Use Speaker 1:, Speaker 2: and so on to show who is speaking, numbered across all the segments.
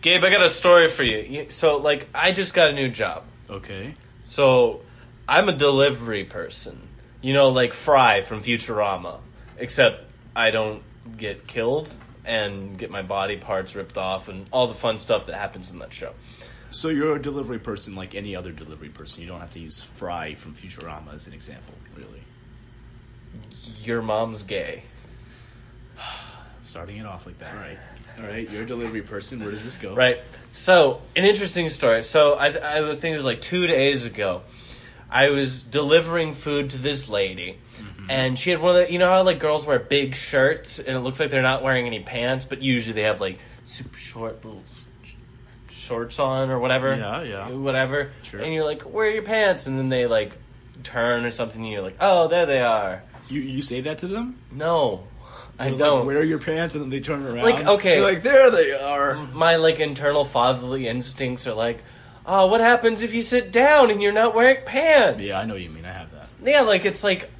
Speaker 1: Gabe, I got a story for you. you. So, like, I just got a new job.
Speaker 2: Okay.
Speaker 1: So, I'm a delivery person. You know, like Fry from Futurama. Except I don't get killed and get my body parts ripped off and all the fun stuff that happens in that show.
Speaker 2: So you're a delivery person like any other delivery person. You don't have to use Fry from Futurama as an example, really.
Speaker 1: Your mom's gay.
Speaker 2: Starting it off like that. All right. All right. You're a delivery person. Where does this go?
Speaker 1: Right. So, an interesting story. So, I, I would think it was like two days ago. I was delivering food to this lady,
Speaker 2: Mm-hmm.
Speaker 1: and she had one of the. You know how like girls wear big shirts, and it looks like they're not wearing any pants, but usually they have like super short little s- shorts on or whatever.
Speaker 2: Yeah, yeah.
Speaker 1: Whatever.
Speaker 2: Sure.
Speaker 1: And you're like, where are your pants? And then they like turn or something, and you're like, oh, there they are.
Speaker 2: You you say that to them?
Speaker 1: No, I
Speaker 2: You're like,
Speaker 1: don't.
Speaker 2: Where are your pants? And then they turn around.
Speaker 1: Like, okay.
Speaker 2: You're like there they are.
Speaker 1: my like internal fatherly instincts are like, oh, what happens if you sit down and you're not wearing pants?
Speaker 2: Yeah, I know what you mean. I have that.
Speaker 1: Yeah, like it's like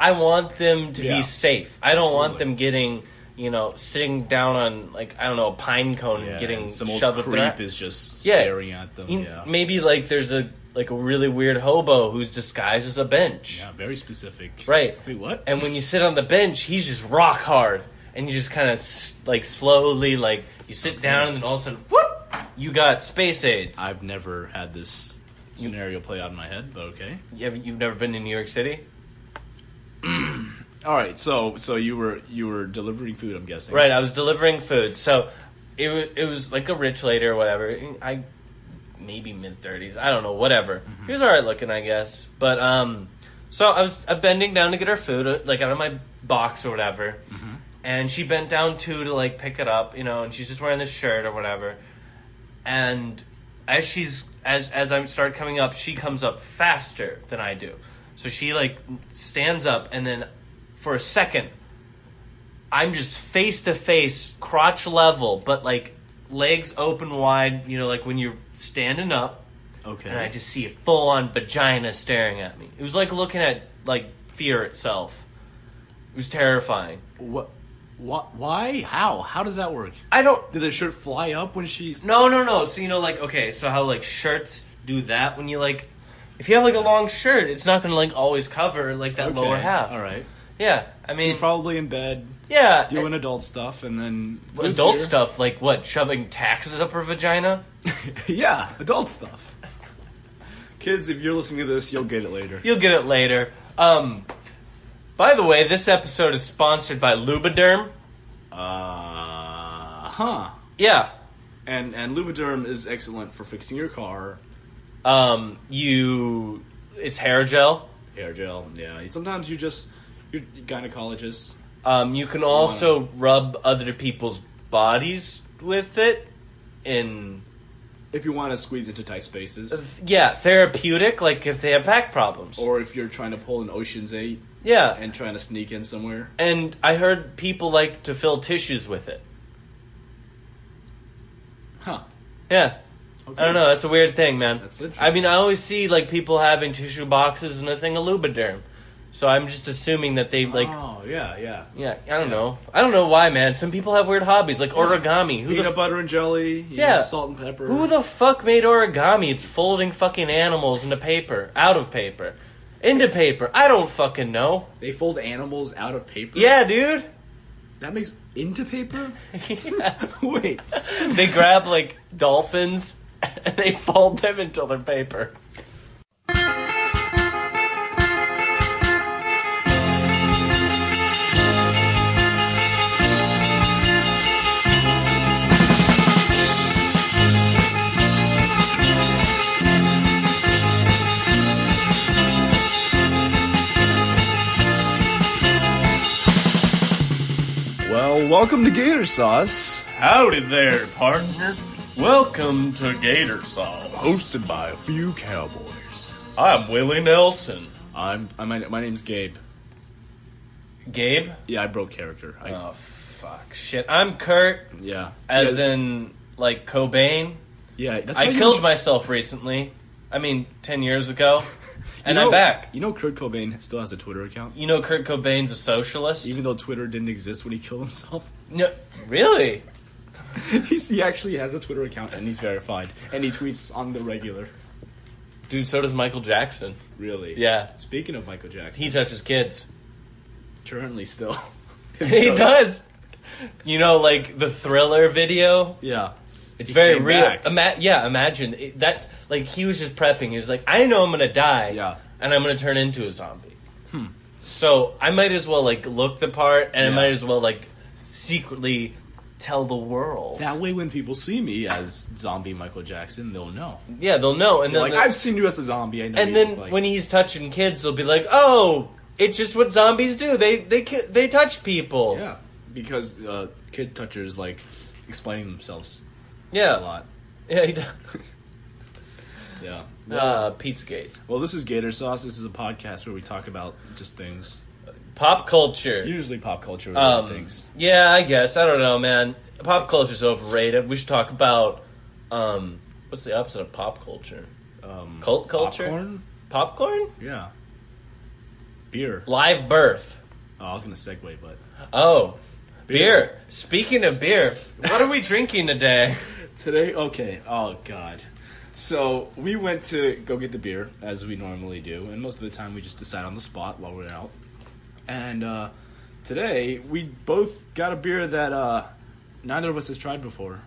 Speaker 1: I want them to
Speaker 2: Yeah.
Speaker 1: be safe. I don't want
Speaker 2: Absolutely.
Speaker 1: them getting, you know, sitting down on like I don't know a pine cone
Speaker 2: Yeah.
Speaker 1: and getting
Speaker 2: some old
Speaker 1: shoved up their-
Speaker 2: creep is just
Speaker 1: Yeah.
Speaker 2: staring at them.
Speaker 1: You-
Speaker 2: Yeah.
Speaker 1: Maybe like there's a like a really weird hobo who's disguised as a bench.
Speaker 2: Yeah. Very specific.
Speaker 1: Right.
Speaker 2: Wait, what?
Speaker 1: And when you sit on the bench, he's just rock hard, and you just kind of s- like slowly like you sit down, and then all of a sudden, whoop, you got space aids.
Speaker 2: I've never had this scenario play out in my head, but okay.
Speaker 1: You have, you've never been to New York City,
Speaker 2: All right, so so you were you were delivering food, I'm guessing.
Speaker 1: right? I was delivering food, so it was, it was like a rich lady or whatever. and I maybe mid thirties, I don't know, whatever. He was all right looking, I guess. But um, so I was uh, bending down to get her food, uh, like out of my box or whatever, and she bent down too to like pick it up, you know. And she's just wearing this shirt or whatever, and as she's as as I start coming up, she comes up faster than I do. So she like stands up, and then for a second, I'm just face to face, crotch level, but like legs open wide. You know, like when you're standing up,
Speaker 2: Okay.
Speaker 1: and I just see a full on vagina staring at me. It was like looking at like fear itself. It was terrifying.
Speaker 2: what, what? Why? How? How does that work?
Speaker 1: I don't
Speaker 2: Did the shirt fly up when she's?
Speaker 1: No, no, no. So you know, like, okay, so how like shirts do that when you like, if you have like a long shirt, it's not gonna like always cover like that
Speaker 2: Okay,
Speaker 1: lower half.
Speaker 2: All right.
Speaker 1: Yeah, I mean,
Speaker 2: She's probably in bed
Speaker 1: yeah,
Speaker 2: doing adult stuff, and then
Speaker 1: a- adult stuff like what shoving taxes up her vagina.
Speaker 2: yeah, adult stuff. Kids, if you're listening to this, you'll get it later.
Speaker 1: You'll get it later. Um, by the way, this episode is sponsored by Lubiderm.
Speaker 2: Uh huh.
Speaker 1: Yeah,
Speaker 2: And and Lubiderm is excellent for fixing your car.
Speaker 1: um, you, it's hair gel.
Speaker 2: Hair gel. Yeah. Sometimes you just you're gynecologist.
Speaker 1: Um, you can also rub other people's bodies with it, in.
Speaker 2: if you want to squeeze into tight spaces,
Speaker 1: yeah, therapeutic, like if they have back problems.
Speaker 2: or if you're trying to pull an Ocean's Eight
Speaker 1: yeah, and,
Speaker 2: and trying to sneak in somewhere.
Speaker 1: I heard people like to fill tissues with it.
Speaker 2: Huh.
Speaker 1: Yeah,
Speaker 2: Okay.
Speaker 1: I don't know. That's a weird thing, man.
Speaker 2: That's
Speaker 1: I
Speaker 2: interesting.
Speaker 1: mean, I always see like people having tissue boxes and a thing of Lubiderm, so I'm just assuming that they like.
Speaker 2: oh yeah, yeah.
Speaker 1: Yeah, I don't know. I don't know why, man. Some people have weird hobbies, like origami. Who
Speaker 2: Peanut
Speaker 1: the f-
Speaker 2: butter and jelly. you
Speaker 1: Yeah.
Speaker 2: know, salt and pepper.
Speaker 1: who the fuck made origami? It's folding fucking animals into paper, out of paper, into paper. I don't fucking know.
Speaker 2: they fold animals out of paper.
Speaker 1: Yeah, dude.
Speaker 2: That makes into paper.
Speaker 1: Yeah.
Speaker 2: Wait.
Speaker 1: they grab like dolphins and they fold them until they're paper.
Speaker 2: Well, welcome to Gator Sauce,
Speaker 1: Howdy there, partner. Welcome to Gator Sauce.
Speaker 2: hosted by a few cowboys.
Speaker 1: I'm Willie Nelson.
Speaker 2: I'm. I'm my, my name's Gabe.
Speaker 1: Gabe?
Speaker 2: Yeah, I broke character. I,
Speaker 1: Oh, fuck. Shit. I'm Kurt,
Speaker 2: yeah.
Speaker 1: as
Speaker 2: yeah,
Speaker 1: in, like, Cobain.
Speaker 2: Yeah. That's how
Speaker 1: I
Speaker 2: you
Speaker 1: killed myself recently. I mean, 10 years ago. And
Speaker 2: You know-
Speaker 1: I'm back.
Speaker 2: You know, Kurt Cobain still has a Twitter account,
Speaker 1: You know Kurt Cobain's a socialist?
Speaker 2: even though Twitter didn't exist when he killed himself.
Speaker 1: no, really?
Speaker 2: He's, he actually has a Twitter account and he's verified, and he tweets on the regular.
Speaker 1: Dude, so does Michael Jackson.
Speaker 2: Really?
Speaker 1: Yeah.
Speaker 2: Speaking of Michael Jackson,
Speaker 1: He touches kids.
Speaker 2: currently still.
Speaker 1: he does. You know, like the thriller video.
Speaker 2: Yeah.
Speaker 1: It's
Speaker 2: He
Speaker 1: very
Speaker 2: came
Speaker 1: real.
Speaker 2: back.
Speaker 1: Ima- yeah, imagine it, that. Like he was just prepping. He was like, I know I'm gonna die.
Speaker 2: Yeah. Hmm.
Speaker 1: And I'm gonna turn into a zombie. So I might as well like look the part, and I
Speaker 2: Yeah.
Speaker 1: might as well like secretly tell the world.
Speaker 2: That way, when people see me as zombie Michael Jackson, they'll know.
Speaker 1: yeah, they'll know. And then
Speaker 2: Like
Speaker 1: the-
Speaker 2: I've seen you as a zombie. I know.
Speaker 1: and
Speaker 2: you
Speaker 1: then
Speaker 2: look like.
Speaker 1: when he's touching kids, they'll be like, oh, it's just what zombies do. They they ki- they touch people.
Speaker 2: yeah, because uh, kid touchers like explaining themselves
Speaker 1: Yeah.
Speaker 2: a lot.
Speaker 1: Yeah. He does.
Speaker 2: Yeah.
Speaker 1: Uh, Pizzagate.
Speaker 2: Well, this is Gator Sauce. This is a podcast where we talk about just things,
Speaker 1: Pop culture.
Speaker 2: usually pop culture related
Speaker 1: Um,
Speaker 2: things.
Speaker 1: Yeah, I guess. I don't know, man. Pop culture's overrated. We should talk about um what's the opposite of pop culture?
Speaker 2: Um,
Speaker 1: Cult culture?
Speaker 2: popcorn.
Speaker 1: Popcorn?
Speaker 2: Yeah. Beer.
Speaker 1: Live birth.
Speaker 2: Oh, I was gonna segue, but
Speaker 1: Oh. Beer.
Speaker 2: Beer.
Speaker 1: Speaking of beer, what are we drinking today?
Speaker 2: Today, okay. Oh God. So we went to go get the beer as we normally do, and most of the time we just decide on the spot while we're out. And uh, today we both got a beer that uh, neither of us has tried before.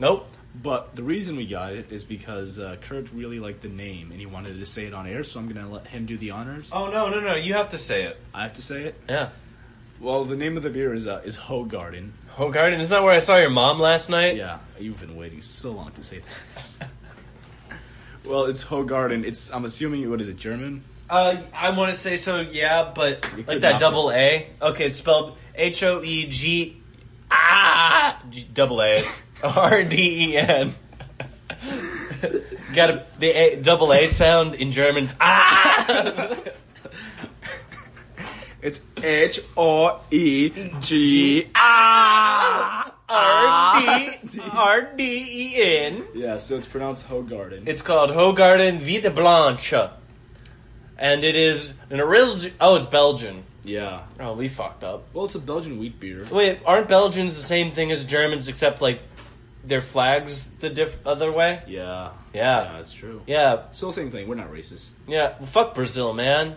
Speaker 1: Nope.
Speaker 2: But the reason we got it is because uh, Kurt really liked the name and he wanted to say it on air, so I'm gonna let him do the honors.
Speaker 1: Oh no, no, no. You have to say it.
Speaker 2: I have to say it.
Speaker 1: Yeah.
Speaker 2: Well, the name of the beer is uh, is Ho Garden.
Speaker 1: Oh Garden, isn't that where I saw your mom last night?
Speaker 2: Yeah, you've been waiting so long to say that. well, it's Hogarden. It's I'm assuming what is it German?
Speaker 1: Uh I wanna say so, yeah, but
Speaker 2: You
Speaker 1: like
Speaker 2: could
Speaker 1: that
Speaker 2: not
Speaker 1: double A. Okay, it's spelled H O E G Ah G- double A R D E N. Got a, the a, double A sound in German. Ah,
Speaker 2: It's H O E G R.
Speaker 1: R D R D E N.
Speaker 2: Yeah, so it's pronounced Hogarden.
Speaker 1: It's called Hogarden Vite Blanche, and it is an original. Oh, it's Belgian.
Speaker 2: yeah.
Speaker 1: Oh, we fucked up.
Speaker 2: Well, it's a Belgian wheat beer.
Speaker 1: Wait, aren't Belgians the same thing as Germans except like their flags the diff- other way?
Speaker 2: Yeah. Yeah,
Speaker 1: Yeah,
Speaker 2: that's true.
Speaker 1: yeah,
Speaker 2: Still same thing. We're not racist.
Speaker 1: yeah. fuck Brazil, man.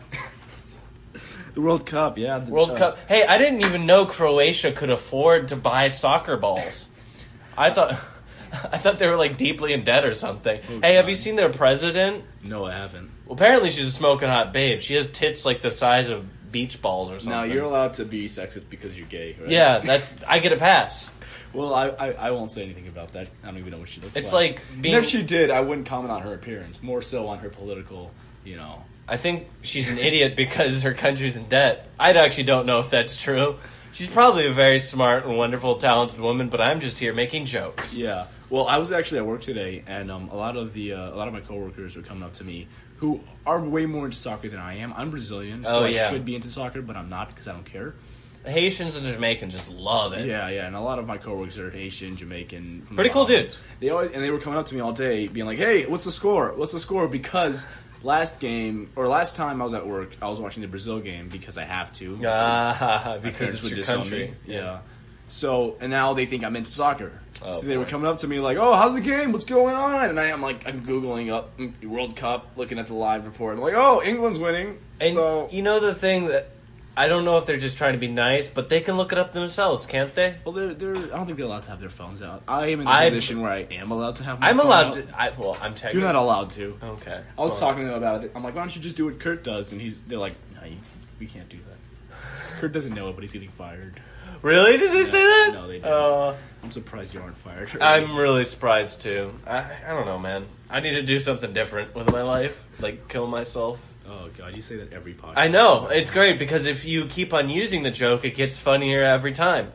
Speaker 2: The World Cup, yeah. the-
Speaker 1: World
Speaker 2: uh,
Speaker 1: Cup. Hey, I didn't even know Croatia could afford to buy soccer balls. I thought, I thought they were like deeply in debt or something. hey, have
Speaker 2: God.
Speaker 1: you seen their president?
Speaker 2: No, I haven't.
Speaker 1: Well, apparently she's a smoking hot babe. She has tits like the size of beach balls or something.
Speaker 2: Now you're allowed to be sexist because you're gay, right?
Speaker 1: Yeah, that's I get a pass.
Speaker 2: Well, I, I, I won't say anything about that. I don't even know what she looks
Speaker 1: It's
Speaker 2: like.
Speaker 1: like
Speaker 2: And
Speaker 1: being-
Speaker 2: if she did, I wouldn't comment on her appearance. More so on her political, you know.
Speaker 1: I think she's an idiot because her country's in debt. I actually don't know if that's true. She's probably a very smart and wonderful, talented woman, but I'm just here making jokes.
Speaker 2: Yeah. Well, I was actually at work today, and um, a lot of the uh, a lot of my coworkers were coming up to me who are way more into soccer than I am. I'm Brazilian, so
Speaker 1: Oh,
Speaker 2: I
Speaker 1: yeah.
Speaker 2: should be into soccer, but I'm not because I don't care.
Speaker 1: Haitians and Jamaicans just love it.
Speaker 2: Yeah, yeah, and a lot of my coworkers are Haitian, Jamaican. From
Speaker 1: Pretty
Speaker 2: the
Speaker 1: cool
Speaker 2: Bahamas.
Speaker 1: dudes.
Speaker 2: They always and they were coming up to me all day, being like, "Hey, what's the score? What's the score?" Because last game or last time I was at work, I was watching the Brazil game because I have to.
Speaker 1: Ah,
Speaker 2: My
Speaker 1: because
Speaker 2: parents
Speaker 1: it's your
Speaker 2: disown me.
Speaker 1: country.
Speaker 2: Yeah. So and now they think I'm into soccer.
Speaker 1: Oh,
Speaker 2: so they were
Speaker 1: boy.
Speaker 2: coming up to me like, "Oh, how's the game? What's going on?" And I am like, I'm googling up mm, World Cup, looking at the live report. I'm like, "Oh, England's winning."
Speaker 1: And e-
Speaker 2: so
Speaker 1: you know the thing that I don't know if they're just trying to be nice, but they can look it up themselves, can't they?
Speaker 2: Well, they're, they're, I don't think they're allowed to have their phones out. I am in a
Speaker 1: I've-
Speaker 2: position where I am allowed to have my
Speaker 1: I'm
Speaker 2: phone
Speaker 1: allowed
Speaker 2: out.
Speaker 1: to. Oh, I, well, I'm technically.
Speaker 2: You're not allowed to.
Speaker 1: Okay.
Speaker 2: I was
Speaker 1: Well,
Speaker 2: talking to them about it. I'm like, why don't you just do what Kurt does? And he's, they're like, no, you, we can't do that. Kurt doesn't know it, but he's getting fired.
Speaker 1: Really? Did they say that?
Speaker 2: no, they didn't.
Speaker 1: Uh,
Speaker 2: I'm surprised you aren't fired.
Speaker 1: I'm really surprised too. I, I don't know, man. I need to do something different with my life, like kill myself.
Speaker 2: Oh god, you say that every podcast.
Speaker 1: I know it's great because if you keep on using the joke, it gets funnier every time.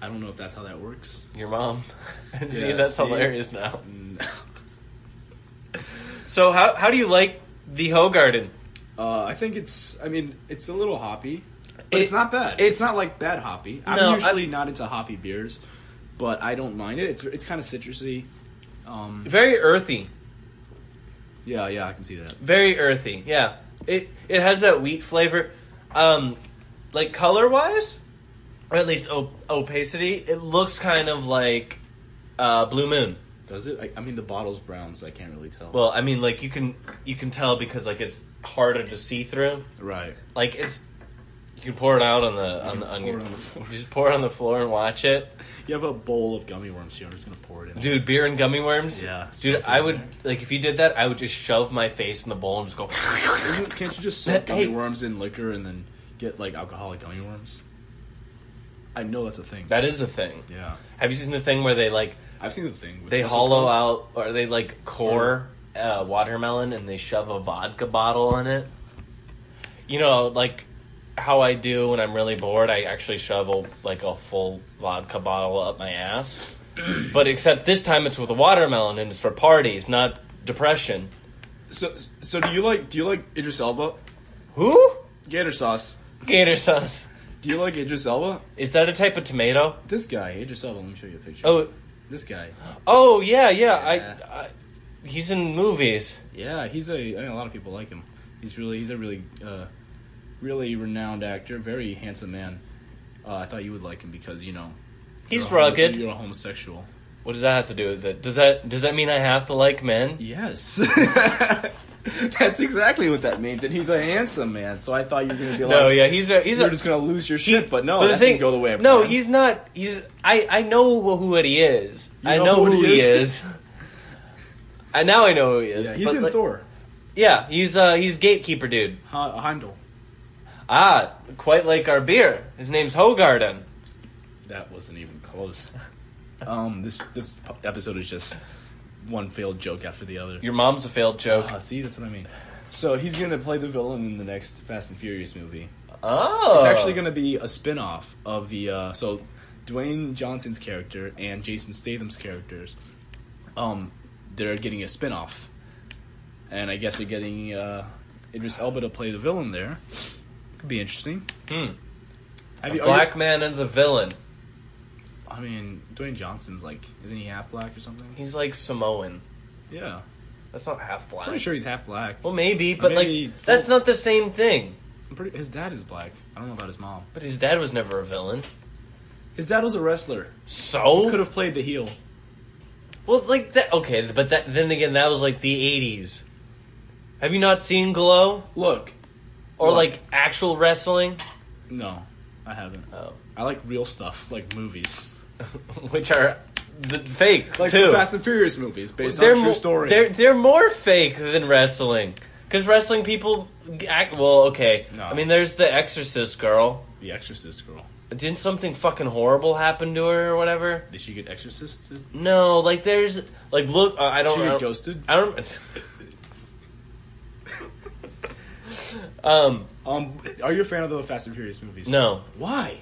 Speaker 2: I don't know if that's how that works.
Speaker 1: Your mom. see,
Speaker 2: Yeah,
Speaker 1: that's
Speaker 2: see?
Speaker 1: hilarious now.
Speaker 2: No.
Speaker 1: So how how do you like the Hogarden?
Speaker 2: Uh, I think it's. I mean, it's a little hoppy, but
Speaker 1: It-
Speaker 2: it's not bad. It's,
Speaker 1: it's-
Speaker 2: not like bad hoppy. I'm
Speaker 1: No, I-
Speaker 2: usually not into hoppy beers, but I don't mind it. It's it's kind of citrusy. Um,
Speaker 1: Very earthy.
Speaker 2: yeah, yeah, I can see that.
Speaker 1: Very earthy. Yeah. It it has that wheat flavor. Um like color wise, or at least op- opacity, it looks kind of like Uh, Blue Moon.
Speaker 2: Does it? I, I mean, the bottle's brown, so I can't really tell.
Speaker 1: Well, I mean, like you can you can tell because like it's harder to see through.
Speaker 2: right.
Speaker 1: Like it's you can pour it out on the on
Speaker 2: can
Speaker 1: the on
Speaker 2: pour
Speaker 1: your
Speaker 2: it on the floor.
Speaker 1: you just pour it on the floor and watch it.
Speaker 2: You have a bowl of gummy worms here. I'm just gonna pour it in.
Speaker 1: Dude, beer and gummy worms.
Speaker 2: Yeah,
Speaker 1: Dude,
Speaker 2: soak it
Speaker 1: I
Speaker 2: in
Speaker 1: would
Speaker 2: there.
Speaker 1: like if you did that, I would just shove my face in the bowl and just go.
Speaker 2: Isn't- can't you just soak gummy
Speaker 1: Hey.
Speaker 2: worms in liquor and then get like alcoholic gummy worms? I know that's a thing.
Speaker 1: That is a thing.
Speaker 2: yeah,
Speaker 1: Have you seen the thing where they like
Speaker 2: I've seen the thing. With,
Speaker 1: they
Speaker 2: what's it
Speaker 1: hollow
Speaker 2: called?
Speaker 1: out or they like core uh, watermelon and they shove a vodka bottle in it? You know, like how I do when I'm really bored, I actually shove a, like a full vodka bottle up my ass. but except this time it's with a watermelon and it's for parties, not depression.
Speaker 2: So, so do you like do you like Idris Elba?
Speaker 1: Who?
Speaker 2: Gator sauce.
Speaker 1: Gator sauce.
Speaker 2: Do you like Idris Elba?
Speaker 1: Is that a type of tomato?
Speaker 2: This guy, Idris Elba. Let me show you a picture.
Speaker 1: Oh,
Speaker 2: this guy.
Speaker 1: oh yeah, yeah.
Speaker 2: Yeah.
Speaker 1: I, I, he's in movies.
Speaker 2: Yeah, he's a. I mean, a lot of people like him. He's really, he's a really, uh, really renowned actor. Very handsome man. Uh, I thought you would like him because you know
Speaker 1: He's
Speaker 2: you're a homo-
Speaker 1: rugged.
Speaker 2: You're a homosexual.
Speaker 1: What does that have to do with it? Does that does that mean I have to like men?
Speaker 2: Yes. That's exactly what that means, and he's a handsome man. So I thought you were gonna be like,
Speaker 1: No, yeah, he's a he's
Speaker 2: you're
Speaker 1: a.
Speaker 2: just gonna lose your shit, but no,
Speaker 1: but
Speaker 2: that didn't go the way. I
Speaker 1: no,
Speaker 2: planned.
Speaker 1: he's not. He's I I know who it is.
Speaker 2: You
Speaker 1: I
Speaker 2: know
Speaker 1: know who, he is.
Speaker 2: is?
Speaker 1: I now I know who he is.
Speaker 2: yeah, he's
Speaker 1: but
Speaker 2: in
Speaker 1: like-
Speaker 2: Thor.
Speaker 1: Yeah, he's uh he's gatekeeper dude.
Speaker 2: Ha- Heimdall.
Speaker 1: Ah, quite like our beer. His name's Hogarden.
Speaker 2: That wasn't even close. um, this this episode is just one failed joke after the other.
Speaker 1: Your mom's a failed joke.
Speaker 2: Ah, see, that's what I mean. So he's gonna play the villain in the next Fast and Furious movie.
Speaker 1: oh,
Speaker 2: It's actually gonna be a spin-off of the uh, so Dwayne Johnson's character and Jason Statham's characters. Um, they're getting a spin-off, and I guess they're getting uh, Idris Elba to play the villain there. Could be interesting.
Speaker 1: Hmm.
Speaker 2: Have
Speaker 1: A
Speaker 2: you, are you-
Speaker 1: black man as a villain.
Speaker 2: I mean, Dwayne Johnson's like, isn't he half black or something?
Speaker 1: He's like Samoan.
Speaker 2: Yeah,
Speaker 1: That's not half black.
Speaker 2: pretty sure he's half black.
Speaker 1: Well, maybe, but
Speaker 2: Maybe
Speaker 1: like
Speaker 2: full-
Speaker 1: that's not the same thing.
Speaker 2: I'm pretty, his dad is black. I don't know about his mom.
Speaker 1: But his dad was never a villain.
Speaker 2: His dad was a wrestler. Could
Speaker 1: So
Speaker 2: have played the heel.
Speaker 1: well, like that. Okay, but that then again, that was like the '80s. Have you not seen Glow
Speaker 2: Look,
Speaker 1: or
Speaker 2: What?
Speaker 1: like actual wrestling?
Speaker 2: no, I haven't.
Speaker 1: Oh,
Speaker 2: I like real stuff, like movies,
Speaker 1: which are the fake
Speaker 2: like
Speaker 1: too.
Speaker 2: the Fast and Furious movies based on
Speaker 1: mo-
Speaker 2: true story.
Speaker 1: They're they're more fake than wrestling because wrestling people act well. Okay,
Speaker 2: No.
Speaker 1: I mean, there's the Exorcist girl.
Speaker 2: The Exorcist girl.
Speaker 1: Didn't something fucking horrible happen to her or whatever?
Speaker 2: Did she get exorcisted?
Speaker 1: No, like there's like look. Uh, I don't.
Speaker 2: She
Speaker 1: I
Speaker 2: get
Speaker 1: don't-
Speaker 2: ghosted?
Speaker 1: I don't. um,
Speaker 2: Um, are you a fan of the Fast and Furious movies?
Speaker 1: no,
Speaker 2: Why?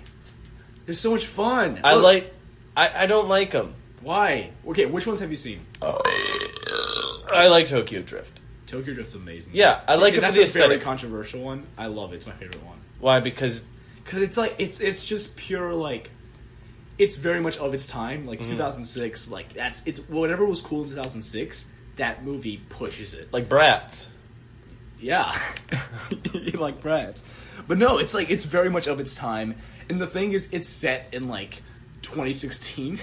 Speaker 2: They're so much fun.
Speaker 1: I
Speaker 2: Look,
Speaker 1: like. I, I don't like them.
Speaker 2: Why? Okay, which ones have you seen?
Speaker 1: I like Tokyo Drift.
Speaker 2: Tokyo Drift's amazing.
Speaker 1: Yeah, I like it for
Speaker 2: That's
Speaker 1: the
Speaker 2: a very
Speaker 1: aesthetic.
Speaker 2: controversial one. I love it. It's my favorite one.
Speaker 1: Why? Because
Speaker 2: Cause it's like it's it's just pure like it's very much of its time. Like 2006, like that's it's whatever was cool in 2006. That movie pushes it.
Speaker 1: like brats.
Speaker 2: Yeah, You like Brad. But no, it's like it's very much of its time. And the thing is, it's set in like 2016.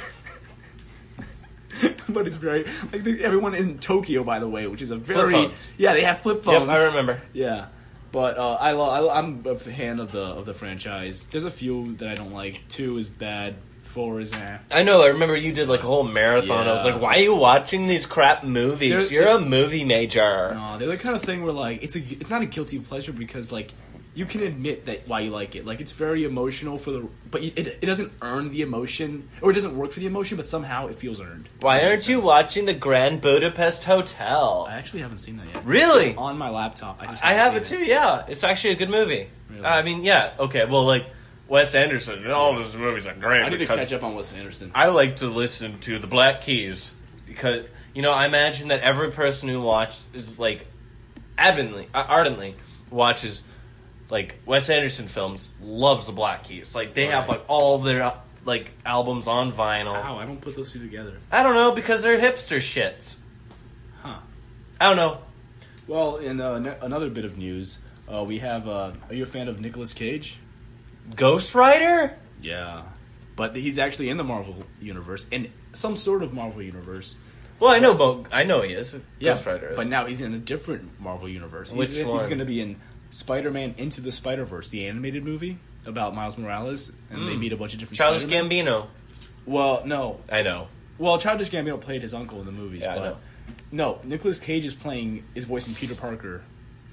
Speaker 2: but it's very like the- everyone in Tokyo, by the way, which is a very
Speaker 1: phones.
Speaker 2: yeah they have flip
Speaker 1: Yep,
Speaker 2: phones.
Speaker 1: I remember.
Speaker 2: Yeah, but uh, I, lo- I I'm a fan of the of the franchise. There's a few that I don't like. Two is bad. Four is eh.
Speaker 1: I know. I remember you did like a whole marathon. I was
Speaker 2: Yeah.
Speaker 1: like, "Why are you watching these crap movies?
Speaker 2: They're-
Speaker 1: You're
Speaker 2: they're-
Speaker 1: a movie major."
Speaker 2: No, they're the kind of thing where like it's a it's not a guilty pleasure because like you can admit that why you like it. Like it's very emotional for the but it it doesn't earn the emotion or it doesn't work for the emotion, but somehow it feels earned.
Speaker 1: Why
Speaker 2: Does that
Speaker 1: aren't
Speaker 2: make
Speaker 1: you
Speaker 2: sense?
Speaker 1: watching the Grand Budapest Hotel?
Speaker 2: I actually haven't seen that yet.
Speaker 1: Really?
Speaker 2: It's on my laptop. I just
Speaker 1: I have
Speaker 2: haven't
Speaker 1: it
Speaker 2: seen
Speaker 1: too. Yeah, it's actually a good movie.
Speaker 2: Really?
Speaker 1: I mean, yeah. Okay, well, like Wes Anderson, all his movies are great.
Speaker 2: I need to
Speaker 1: because
Speaker 2: catch up on Wes Anderson.
Speaker 1: I like to listen to the Black Keys because you know I imagine that every person who watched is like adamantly, uh, ardently watches like Wes Anderson films, loves the Black Keys. Like they have
Speaker 2: Right.
Speaker 1: like all their uh, like albums on vinyl.
Speaker 2: Wow, I don't put those two together.
Speaker 1: I don't know because they're hipster shits.
Speaker 2: Huh.
Speaker 1: I don't know.
Speaker 2: Well, in uh, ne- another bit of news, uh, we have. Uh, are you a fan of Nicolas Cage?
Speaker 1: Ghost Rider.
Speaker 2: Yeah. But he's actually in the Marvel universe, and some sort of Marvel universe.
Speaker 1: Well, I know, but I know he is.
Speaker 2: Yeah,
Speaker 1: Ghost Rider is.
Speaker 2: But now he's in a different Marvel universe. He's,
Speaker 1: Which
Speaker 2: he's
Speaker 1: one?
Speaker 2: going to be in Spider-Man Into the Spider-Verse, the animated movie about Miles Morales, and they meet a bunch of different.
Speaker 1: Hmm. Childish
Speaker 2: Spider-Men.
Speaker 1: Gambino.
Speaker 2: Well, no.
Speaker 1: I know.
Speaker 2: Well, Childish Gambino played his uncle in the movies,
Speaker 1: Yeah, I
Speaker 2: but
Speaker 1: know.
Speaker 2: no, Nicolas Cage is playing is voicing Peter Parker.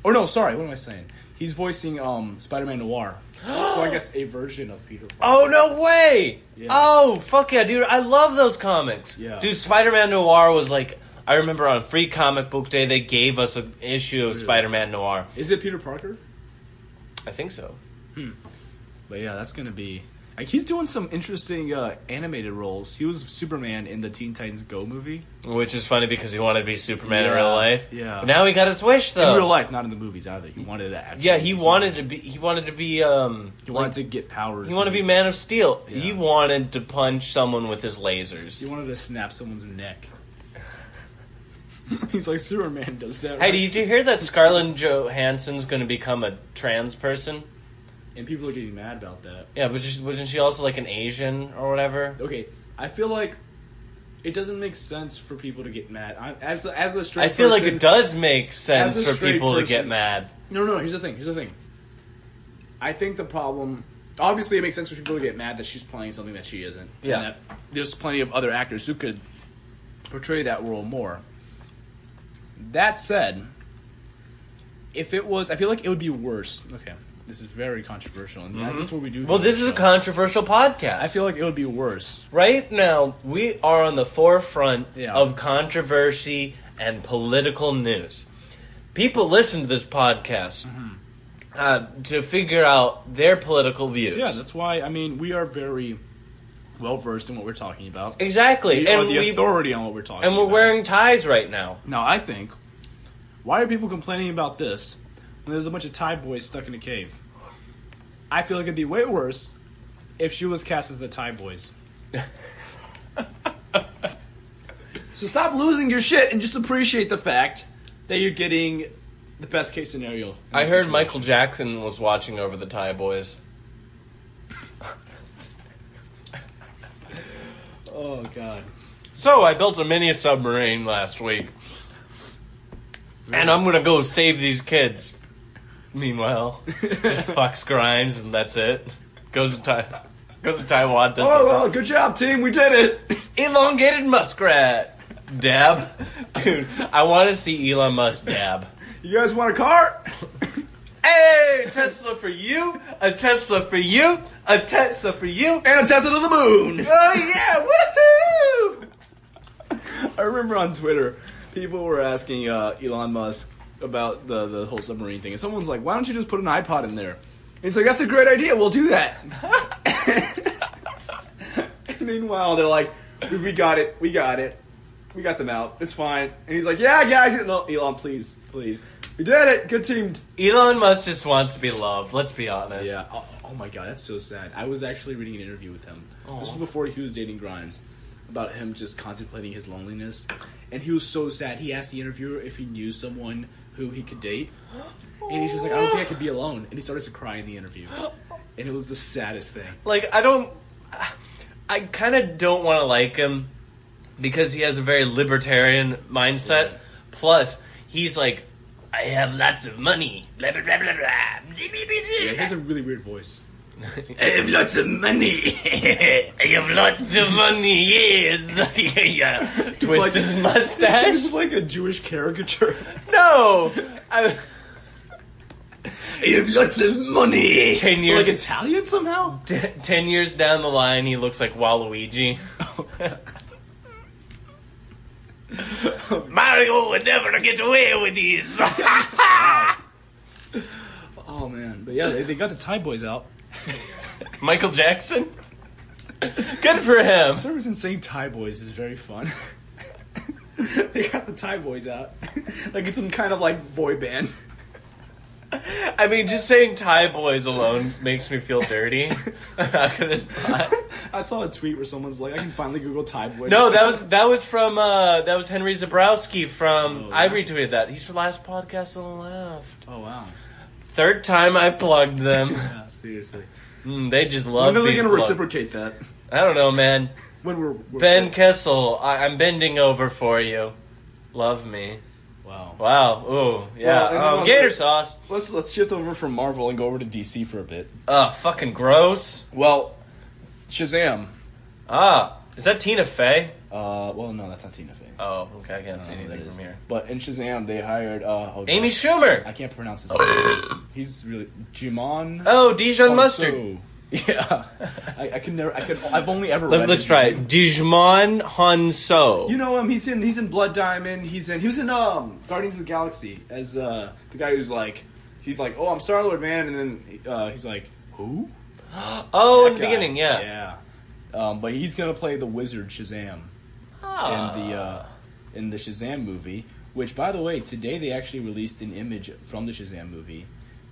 Speaker 2: Or no, sorry, what am I saying? He's voicing um Spider-Man Noir. so I guess a version of Peter. Parker.
Speaker 1: Oh no way!
Speaker 2: Yeah.
Speaker 1: Oh fuck yeah, dude! I love those comics.
Speaker 2: Yeah.
Speaker 1: Dude, Spider-Man Noir was like I remember on Free Comic Book Day they gave us an issue of
Speaker 2: Really?
Speaker 1: Spider-Man Noir.
Speaker 2: Is it Peter Parker?
Speaker 1: I think so.
Speaker 2: But yeah, that's gonna be. Like, he's doing some interesting uh, animated roles. He was Superman in the Teen Titans Go movie.
Speaker 1: Which is funny because he wanted to be Superman in
Speaker 2: Yeah,
Speaker 1: real life.
Speaker 2: yeah.
Speaker 1: But now he got his wish though.
Speaker 2: in real life, not in the movies either. He wanted to act.
Speaker 1: Yeah, he wanted to be. He wanted to be. Um,
Speaker 2: He wanted to get powers.
Speaker 1: He wanted to be
Speaker 2: and-
Speaker 1: Man of Steel.
Speaker 2: Yeah.
Speaker 1: He wanted to punch someone with his lasers.
Speaker 2: He wanted to snap someone's neck. He's like Superman does that.
Speaker 1: Hey,
Speaker 2: Right?
Speaker 1: did you hear that Scarlett Johansson's going to become a trans person?
Speaker 2: and people are getting mad about that.
Speaker 1: Yeah, but she- wasn't she also like an Asian or whatever?
Speaker 2: Okay, I feel like it doesn't make sense for people to get mad. I, as a- as a straight,
Speaker 1: I feel like
Speaker 2: person-
Speaker 1: it does make sense
Speaker 2: as a
Speaker 1: for
Speaker 2: straight
Speaker 1: people to get
Speaker 2: person-
Speaker 1: mad.
Speaker 2: No, no. Here's the thing. Here's the thing. I think the problem. Obviously, it makes sense for people to get mad that she's playing something that she isn't. and
Speaker 1: Yeah.
Speaker 2: that there's plenty of other actors who could portray that role more. That said, if it was, I feel like it would be worse. Okay, this is very controversial, and that's what we do.
Speaker 1: Well,
Speaker 2: here on
Speaker 1: this
Speaker 2: the
Speaker 1: is a
Speaker 2: show.
Speaker 1: controversial podcast.
Speaker 2: I feel like it would be worse.
Speaker 1: right now we are on the forefront
Speaker 2: Yeah.
Speaker 1: of controversy and political news. People listen to this podcast
Speaker 2: Mm-hmm.
Speaker 1: uh, to figure out their political views.
Speaker 2: Yeah, that's why. I mean, we are very well versed in what we're talking about.
Speaker 1: exactly.
Speaker 2: We
Speaker 1: and
Speaker 2: are the
Speaker 1: we
Speaker 2: authority on what we're talking.
Speaker 1: and we're
Speaker 2: about.
Speaker 1: wearing ties right now.
Speaker 2: Now I think, why are people complaining about this when there's a bunch of Thai boys stuck in a cave? I feel like it'd be way worse if she was cast as the Thai boys. so stop losing your shit and just appreciate the fact that you're getting the best case scenario. in
Speaker 1: I
Speaker 2: this
Speaker 1: heard
Speaker 2: situation.
Speaker 1: Michael Jackson was watching over the Thai boys.
Speaker 2: Oh god.
Speaker 1: So I built a mini submarine last week, and I'm gonna go save these kids. Meanwhile, just fucks Grimes, and that's it. Goes to Thai, goes to Taiwan. Does
Speaker 2: Oh
Speaker 1: the-
Speaker 2: well, good job, team. We did it.
Speaker 1: elongated muskrat dab, dude. I want to see Elon Musk dab.
Speaker 2: You guys want a car?
Speaker 1: Hey, Tesla for you, a Tesla for you, a Tesla for you.
Speaker 2: And a Tesla to the moon.
Speaker 1: Oh yeah, woohoo!
Speaker 2: I remember on Twitter, people were asking uh, Elon Musk about the, the whole submarine thing. And someone's like, why don't you just put an iPod in there? And he's like, that's a great idea. We'll do that. and meanwhile, they're like, we, we got it. We got it. We got them out. It's fine. And he's like, yeah, guys. No, Elon, please, please. We did it. Good team.
Speaker 1: Elon Musk just wants to be loved. Let's be honest.
Speaker 2: Yeah. Oh, oh my god, that's so sad. I was actually reading an interview with him. This was
Speaker 1: Aw.
Speaker 2: before he was dating Grimes, about him just contemplating his loneliness, and he was so sad. He asked the interviewer if he knew someone who he could date, and he's just like, "I don't think I could be alone," and he started to cry in the interview, and it was the saddest thing.
Speaker 1: Like I don't, I kind of don't want to like him because he has a very libertarian mindset.
Speaker 2: Yeah.
Speaker 1: Plus, he's like, I have lots of money. Blah blah blah blah blah.
Speaker 2: Yeah, he has a really weird voice.
Speaker 1: I
Speaker 2: have lots of money.
Speaker 1: have lots of money. Yes. yeah, yeah. Twist
Speaker 2: like-
Speaker 1: his mustache.
Speaker 2: He's just like a Jewish caricature.
Speaker 1: no. I,
Speaker 2: I have lots of money.
Speaker 1: Ten years-
Speaker 2: like Italian somehow.
Speaker 1: t- ten years down the line, he looks like Waluigi. Mario would never get away with these.
Speaker 2: Oh man, but yeah, they, they got the Thai boys out.
Speaker 1: Michael Jackson? Good for him.
Speaker 2: For some reason, saying Thai boys is very fun. they got the Thai boys out, like it's some kind of like boy band.
Speaker 1: I mean, just saying Thai boys alone makes me feel dirty. I'm not gonna lie.
Speaker 2: I saw a tweet where someone's like, "I can finally Google Thai boys."
Speaker 1: No, that was that was from uh, that was Henry Zabrowski from.
Speaker 2: Oh,
Speaker 1: I
Speaker 2: yeah.
Speaker 1: retweeted that. He's the last podcast on the left.
Speaker 2: Oh wow.
Speaker 1: Third time I plugged them.
Speaker 2: Yeah, seriously.
Speaker 1: Mm, they just love.
Speaker 2: When are they
Speaker 1: these
Speaker 2: gonna
Speaker 1: plugs.
Speaker 2: reciprocate that?
Speaker 1: I don't know, man.
Speaker 2: when we're, we're
Speaker 1: Ben Kessel, I, I'm bending over for you. Love me.
Speaker 2: Wow.
Speaker 1: Wow. Ooh. Yeah.
Speaker 2: Well, and then
Speaker 1: um,
Speaker 2: on
Speaker 1: gator
Speaker 2: the-
Speaker 1: sauce.
Speaker 2: Let's let's shift over from Marvel and go over to DC for a bit.
Speaker 1: Ugh. Fucking gross.
Speaker 2: Well, Shazam.
Speaker 1: Ah. Is that Tina Fey?
Speaker 2: Uh, well, no, that's not Tina Fey.
Speaker 1: Oh. Okay. I can't see
Speaker 2: I don't know who that
Speaker 1: anything
Speaker 2: is.
Speaker 1: from here.
Speaker 2: But in Shazam, they hired uh, oh,
Speaker 1: Amy
Speaker 2: God.
Speaker 1: Schumer.
Speaker 2: I can't pronounce
Speaker 1: Uh,
Speaker 2: his name. He's really Jimon.
Speaker 1: Oh, Dijon mustard.
Speaker 2: Yeah, I, I can never. I can. I've only ever.
Speaker 1: Let,
Speaker 2: read
Speaker 1: let's
Speaker 2: his
Speaker 1: try
Speaker 2: name.
Speaker 1: it. Digimon Hanso.
Speaker 2: You know him. He's in. He's in Blood Diamond. He's in. He was in um Guardians of the Galaxy as uh the guy who's like, he's like, oh, I'm Star Lord, man, and then uh, he's like, who?
Speaker 1: oh, in
Speaker 2: That
Speaker 1: the
Speaker 2: guy.
Speaker 1: beginning, yeah.
Speaker 2: Yeah. Um, but he's gonna play the wizard Shazam
Speaker 1: Ah.
Speaker 2: in the uh, in the Shazam movie. Which, by the way, today they actually released an image from the Shazam movie.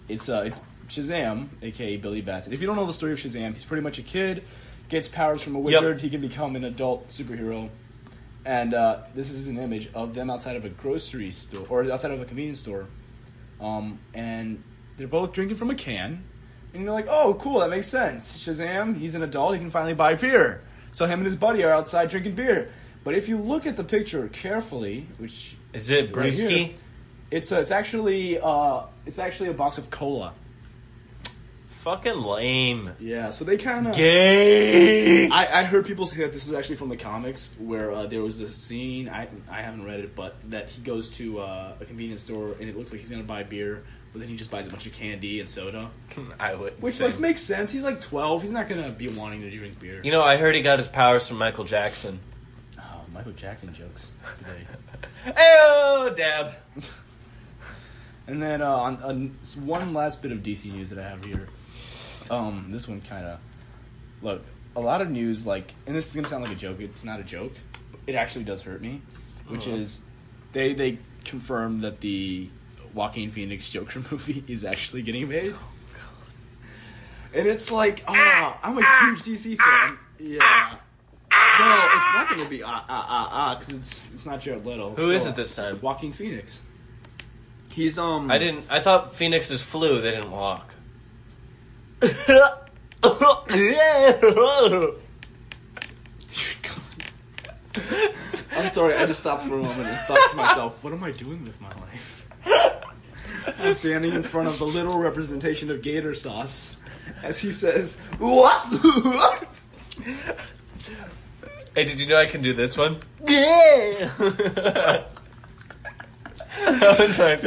Speaker 2: It's uh, it's Shazam, aka Billy Batson. If you don't know the story of Shazam, he's pretty much a kid, gets powers from a wizard. He can become an adult superhero. And uh, this is an image of them outside of a grocery store or outside of a convenience store, um, and they're both drinking from a can. And you're like, oh, cool, that makes sense. Shazam, he's an adult, he can finally buy beer. So him and his buddy are outside drinking beer. But if you look at the picture carefully, which
Speaker 1: Is it
Speaker 2: Right
Speaker 1: Brewski?
Speaker 2: here. it's a, it's actually uh, it's actually a box of cola.
Speaker 1: Fucking lame.
Speaker 2: Yeah, so they kind of
Speaker 1: Gay.
Speaker 2: I, I heard people say that this is actually from the comics, where uh, there was this scene. I I haven't read it, but that he goes to uh, a convenience store and it looks like he's gonna buy beer, but then he just buys a bunch of candy and soda,
Speaker 1: I would.
Speaker 2: which like makes sense. He's like twelve. He's not gonna be wanting to drink beer.
Speaker 1: You know, I heard he got his powers from Michael Jackson.
Speaker 2: oh, Michael Jackson jokes today.
Speaker 1: Oh, dab.
Speaker 2: and then uh, on, on s- one last bit of DC news that I have here. Um, this one kind of look a lot of news like, and this is gonna sound like a joke. It's not a joke. but It actually does hurt me, which
Speaker 1: Oh.
Speaker 2: is they they confirmed that the Joaquin Phoenix Joker movie is actually getting made. And it's like, Oh, ah, I'm a huge DC fan. Yeah. No, it's not going to be ah ah ah ah because it's it's not Jared Little.
Speaker 1: Who is it this time?
Speaker 2: Joaquin Phoenix. He's um.
Speaker 1: I didn't. I thought Phoenixes flew. They didn't walk.
Speaker 2: I'm sorry. I just stopped for a moment and thought to myself, what am I doing with my life? I'm standing in front of the little representation of Gator Sauce as he says, "What?"
Speaker 1: Hey, did you know I can do this one?
Speaker 2: You're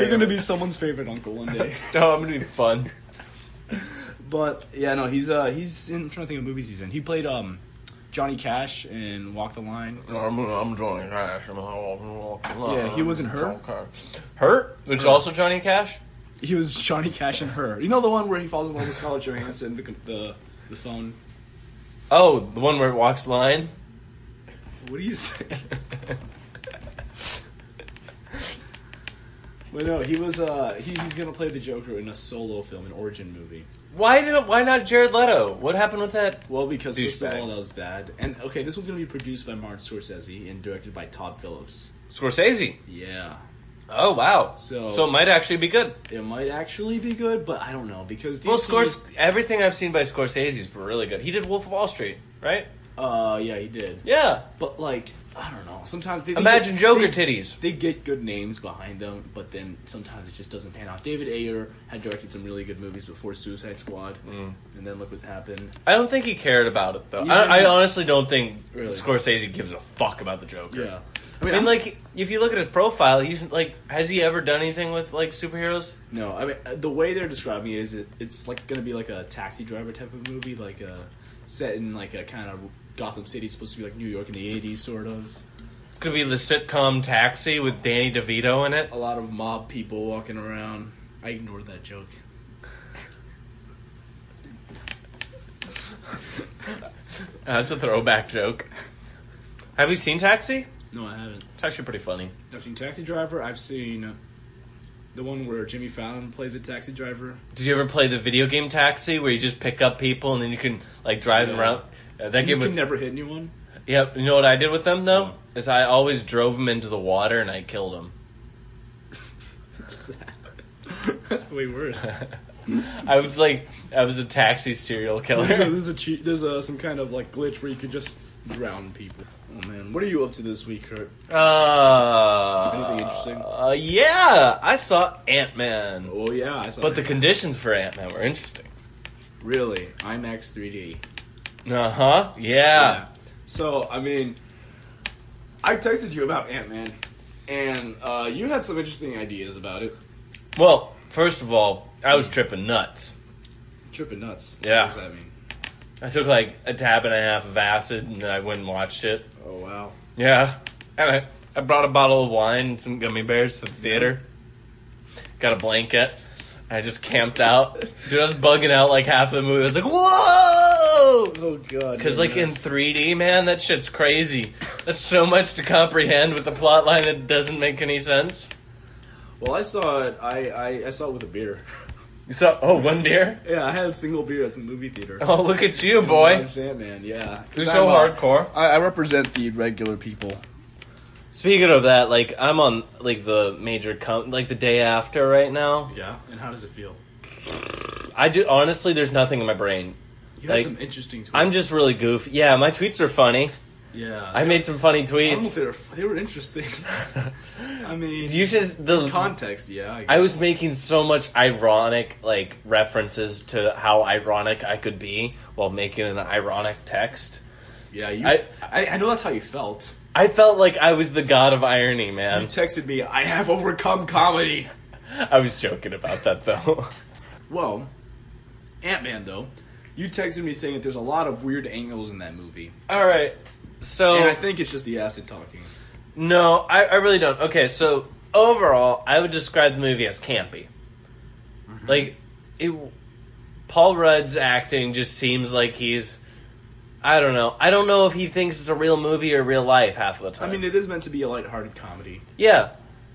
Speaker 2: gonna be someone's favorite uncle one day.
Speaker 1: Oh, I'm gonna be fun.
Speaker 2: But yeah, no, he's uh he's in, I'm trying to think of movies he's in. He played um Johnny Cash in Walk the Line.
Speaker 1: I'm, I'm Johnny Cash. I'm
Speaker 2: Yeah, he was in Her.
Speaker 1: Hurt, which is also Johnny Cash.
Speaker 2: He was Johnny Cash in Her. You know the one where he falls in love with Scarlett Johansson, the the, the phone.
Speaker 1: Oh, the one where it walks line.
Speaker 2: What do you say? But no, he was uh he, he's gonna play the Joker in a solo film, an origin movie.
Speaker 1: Why did? Why not Jared Leto? What happened with that?
Speaker 2: Well, because first of
Speaker 1: Douchebag.
Speaker 2: all that was bad, and okay, this one's gonna be produced by Martin Scorsese and directed by Todd Phillips.
Speaker 1: Scorsese.
Speaker 2: Yeah.
Speaker 1: Oh wow.
Speaker 2: So-
Speaker 1: so it might actually be good.
Speaker 2: It might actually be good, but I don't know because DC
Speaker 1: Well, Scors everything I've seen by Scorsese is really good. He did Wolf of Wall Street, right?
Speaker 2: Uh, yeah, he did.
Speaker 1: Yeah.
Speaker 2: But like, I don't know. Sometimes they, they
Speaker 1: Imagine
Speaker 2: get-
Speaker 1: Joker
Speaker 2: They,
Speaker 1: titties.
Speaker 2: they get good names behind them, but then sometimes it just doesn't pan out. David Ayer had directed some really good movies before Suicide Squad, and then look what happened.
Speaker 1: I don't think he cared about it though.
Speaker 2: You
Speaker 1: I, I
Speaker 2: didn't-
Speaker 1: honestly don't think
Speaker 2: Really?
Speaker 1: Scorsese gives a fuck about the Joker.
Speaker 2: Yeah,
Speaker 1: I mean, like, if you look at his profile, he's like, has he ever done anything with like superheroes?
Speaker 2: no, I mean uh, the way they're describing it is it, it's like going to be like a taxi driver type of movie, like a set in like a kind of Gotham City, supposed to be like New York in the '80s, sort of.
Speaker 1: It's gonna be the sitcom Taxi with Danny DeVito in it.
Speaker 2: A lot of mob people walking around. I ignored that joke.
Speaker 1: Uh, That's a throwback joke. Have you seen Taxi?
Speaker 2: No, I haven't.
Speaker 1: It's actually pretty funny.
Speaker 2: I've seen Taxi Driver. I've seen the one where Jimmy Fallon plays a taxi driver.
Speaker 1: Did you ever play the video game Taxi where you just pick up people and then you can like drive them
Speaker 2: Yeah.
Speaker 1: around? Uh, that
Speaker 2: You
Speaker 1: game
Speaker 2: can
Speaker 1: was.
Speaker 2: never Mm. hit anyone.
Speaker 1: Yep. You know what I did with them though
Speaker 2: What?
Speaker 1: is I always drove them into the water and I killed them.
Speaker 2: That's, that's way worse.
Speaker 1: I was like, I was a taxi serial
Speaker 2: there's a,
Speaker 1: killer.
Speaker 2: there's a cheat. There's a, some kind of like glitch where you could just drown people. Oh man, what are you up to this week, Kurt?
Speaker 1: Uh,
Speaker 2: Anything interesting?
Speaker 1: Uh, yeah, I saw Ant Man,
Speaker 2: Oh yeah, I saw.
Speaker 1: but the
Speaker 2: that.
Speaker 1: conditions for Ant Man were interesting.
Speaker 2: really IMAX 3D.
Speaker 1: Uh huh. Yeah.
Speaker 2: So I mean, I texted you about Ant Man, and uh, you had some interesting ideas about it.
Speaker 1: Well, first of all, I was tripping nuts.
Speaker 2: Tripping nuts.
Speaker 1: Yeah.
Speaker 2: What does that mean?
Speaker 1: I took like a tab and a half of acid, and I went and watched it.
Speaker 2: Oh wow.
Speaker 1: Yeah. And I, I brought a bottle of wine and some gummy bears to the theater. Got a blanket. I just camped out. Dude, I was bugging out like half of the movie. I was like, whoa!
Speaker 2: Oh god.
Speaker 1: Because,
Speaker 2: you're
Speaker 1: like, in
Speaker 2: nuts.
Speaker 1: 3D, man, that shit's crazy. That's so much to comprehend with a plot line that doesn't make any sense.
Speaker 2: Well, I saw it. I, I I saw it with a beer.
Speaker 1: You saw, oh, one deer?
Speaker 2: yeah, I had a single beer at the movie theater.
Speaker 1: Oh, look at you, boy.
Speaker 2: Ant Man. Yeah.
Speaker 1: You're so hardcore.
Speaker 2: I, I represent the regular people.
Speaker 1: Speaking of that, like, I'm on, like, the major, com- like, the day after right now.
Speaker 2: Yeah. And how does it feel?
Speaker 1: I do, honestly, there's nothing in my brain.
Speaker 2: You
Speaker 1: Like,
Speaker 2: had some interesting. Tweets.
Speaker 1: I'm just really goofy. Yeah, my tweets are funny.
Speaker 2: Yeah.
Speaker 1: I made some funny
Speaker 2: I don't know
Speaker 1: tweets.
Speaker 2: if they were they were interesting. I mean,
Speaker 1: You should the
Speaker 2: context. Yeah. I,
Speaker 1: I was making so much ironic like references to how ironic I could be while making an ironic text.
Speaker 2: Yeah, you,
Speaker 1: I-
Speaker 2: I, I know that's how you felt.
Speaker 1: I felt like I was the god of irony,
Speaker 2: You
Speaker 1: man.
Speaker 2: texted me, I have overcome comedy.
Speaker 1: I was joking about that though.
Speaker 2: Well, Ant Man though, you texted me saying that there's a lot of weird angles in that movie,
Speaker 1: All right.
Speaker 2: and
Speaker 1: So
Speaker 2: I think it's just the acid talking.
Speaker 1: no, I, I really don't. Okay, so overall, I would describe the movie as campy. Like it Paul Rudd's acting just seems like he's I don't know. I don't know if he thinks it's a real movie or real life half of the
Speaker 2: I
Speaker 1: time.
Speaker 2: mean, it is meant to be a lighthearted comedy.
Speaker 1: Yeah,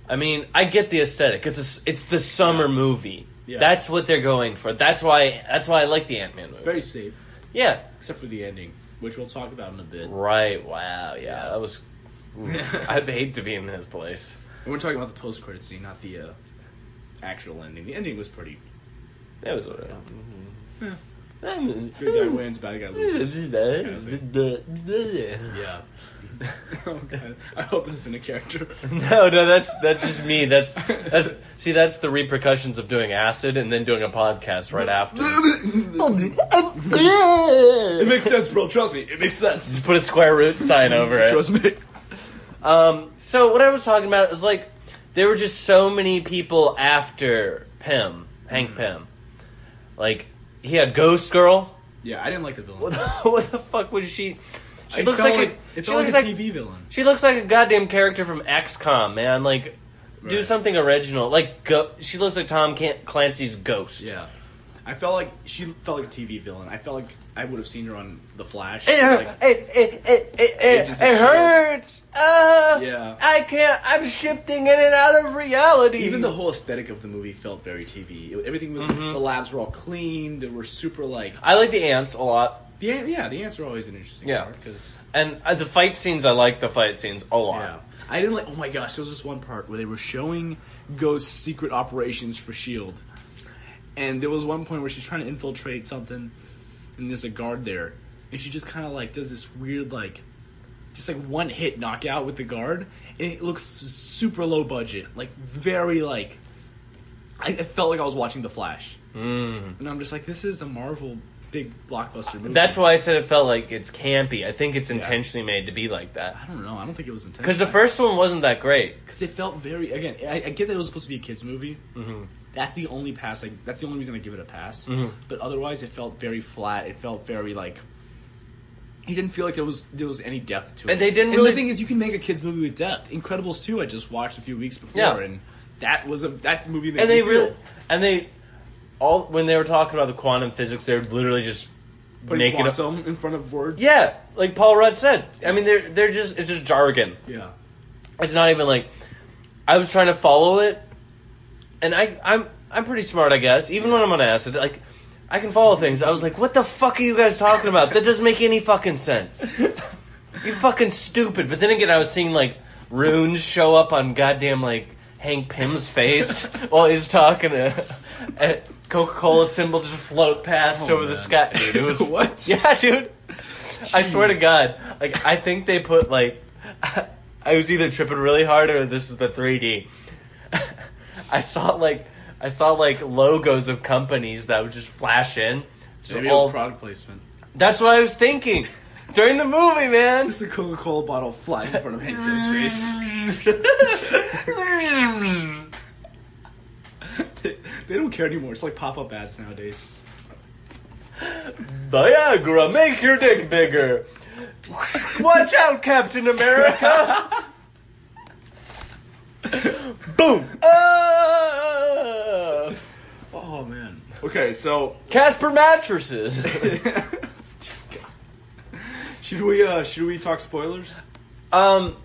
Speaker 1: I mean, I get the aesthetic. It's a s it's the summer movie.
Speaker 2: Yeah.
Speaker 1: That's what they're going for. That's why. That's why I like the Ant Man movie.
Speaker 2: Very safe,
Speaker 1: yeah.
Speaker 2: except for the ending, which we'll talk about in a bit.
Speaker 1: Right. Wow. Yeah. That was. I'd hate to be in his place.
Speaker 2: And we're talking about the post credit scene, not the uh, actual ending. The ending was pretty.
Speaker 1: That was. uh, Alright. Hmm.
Speaker 2: Good guy wins, bad guy loses. Yeah. oh god, I hope this isn't a character.
Speaker 1: No, no, that's that's just me. That's that's see, that's the repercussions of doing acid and then doing a podcast right after.
Speaker 2: It makes sense, bro. Trust me. It makes sense.
Speaker 1: Just put a square root sign over it.
Speaker 2: Trust me.
Speaker 1: Um, so what I was talking about is like there were just so many people after Pym,
Speaker 2: Hmm.
Speaker 1: Hank Pym. Like he had Ghost Girl.
Speaker 2: Yeah, I didn't like the villain.
Speaker 1: What the, what the fuck was she? She
Speaker 2: It
Speaker 1: looks
Speaker 2: felt
Speaker 1: like, a,
Speaker 2: it
Speaker 1: she
Speaker 2: felt
Speaker 1: looks
Speaker 2: like
Speaker 1: like
Speaker 2: a TV villain.
Speaker 1: she looks like a goddamn character from XCOM, man. Like do
Speaker 2: Right.
Speaker 1: something original. Like go, she looks like Tom Can- Clancy's ghost.
Speaker 2: Yeah, I felt like she felt like a TV villain. I felt like I would have seen her on The Flash.
Speaker 1: It, hurt,
Speaker 2: Like,
Speaker 1: it, it, it, it, it,
Speaker 2: Agents of
Speaker 1: it hurts. Uh,
Speaker 2: Yeah.
Speaker 1: I can't. I'm shifting in and out of reality.
Speaker 2: even the whole aesthetic of the movie felt very TV. It- everything was the labs were all clean. They were super like
Speaker 1: I like the ants a lot.
Speaker 2: the an- yeah. The ants are always an interesting
Speaker 1: Yeah.
Speaker 2: because
Speaker 1: And uh, the fight scenes, I like the fight scenes a lot.
Speaker 2: yeah. I didn't like. Oh my gosh, there was this one part where they were showing Ghost's secret operations for Shield, E and there was one point where she's trying to infiltrate something, and there's a guard there, and she just kind of like does this weird like, just like one hit knockout with the guard, and it looks super low budget, like very like. I, I felt like I was watching The Flash, mm. and I'm just like, this is a Marvel big blockbuster movie.
Speaker 1: That's why I said it felt like it's campy. I think it's intentionally made to be like that.
Speaker 2: I don't know. I don't think it was intentional.
Speaker 1: Because the first one wasn't that great.
Speaker 2: Because it felt very again. I, I get that it was supposed to be a kids movie. Mm-hmm. That's the only pass. Like that's the only reason I give it a pass.
Speaker 1: Mm-hmm.
Speaker 2: But otherwise, it felt very flat. It felt very like. He didn't feel like there was there was any depth to it.
Speaker 1: And they didn't
Speaker 2: And
Speaker 1: really-
Speaker 2: the thing is, you can make a kids movie with depth. Incredibles two, I just watched a few weeks before,
Speaker 1: Yeah.
Speaker 2: and that was a that movie. Made
Speaker 1: And they
Speaker 2: me feel
Speaker 1: really, and they, all when they were talking about the quantum physics, they were literally just
Speaker 2: putting
Speaker 1: making up.
Speaker 2: quantum in front of words.
Speaker 1: Yeah, like Paul Rudd said. I mean, they're they're just it's just jargon.
Speaker 2: yeah.
Speaker 1: It's not even like I was trying to follow it, and I I'm I'm pretty smart, I guess. Even when I'm on acid, like I can follow things. I was like, "What the fuck are you guys talking about? That doesn't make any fucking sense. You fucking stupid." But then again, I was seeing like runes show up on goddamn like Hank Pym's face while he's talking. To, and Coca-Cola symbol just float past
Speaker 2: Oh,
Speaker 1: over the
Speaker 2: man.
Speaker 1: sky. Dude, it was
Speaker 2: what?
Speaker 1: yeah, dude. I swear to
Speaker 2: Jeez.
Speaker 1: God, like I think they put like I was either tripping really hard or this is the 3D. I saw like I saw like logos of companies that would just flash in. Just
Speaker 2: Maybe it
Speaker 1: all-
Speaker 2: was product placement.
Speaker 1: That's what I was thinking during the movie, man.
Speaker 2: Just a Coca Cola bottle flying in front of Hank Pym's face. they, they don't care anymore. It's like pop up ads nowadays.
Speaker 1: Viagra, make your dick bigger. Watch out, Captain America. Boom. Ah.
Speaker 2: Oh man. Okay, so
Speaker 1: Casper mattresses.
Speaker 2: should we uh should we talk spoilers?
Speaker 1: Um,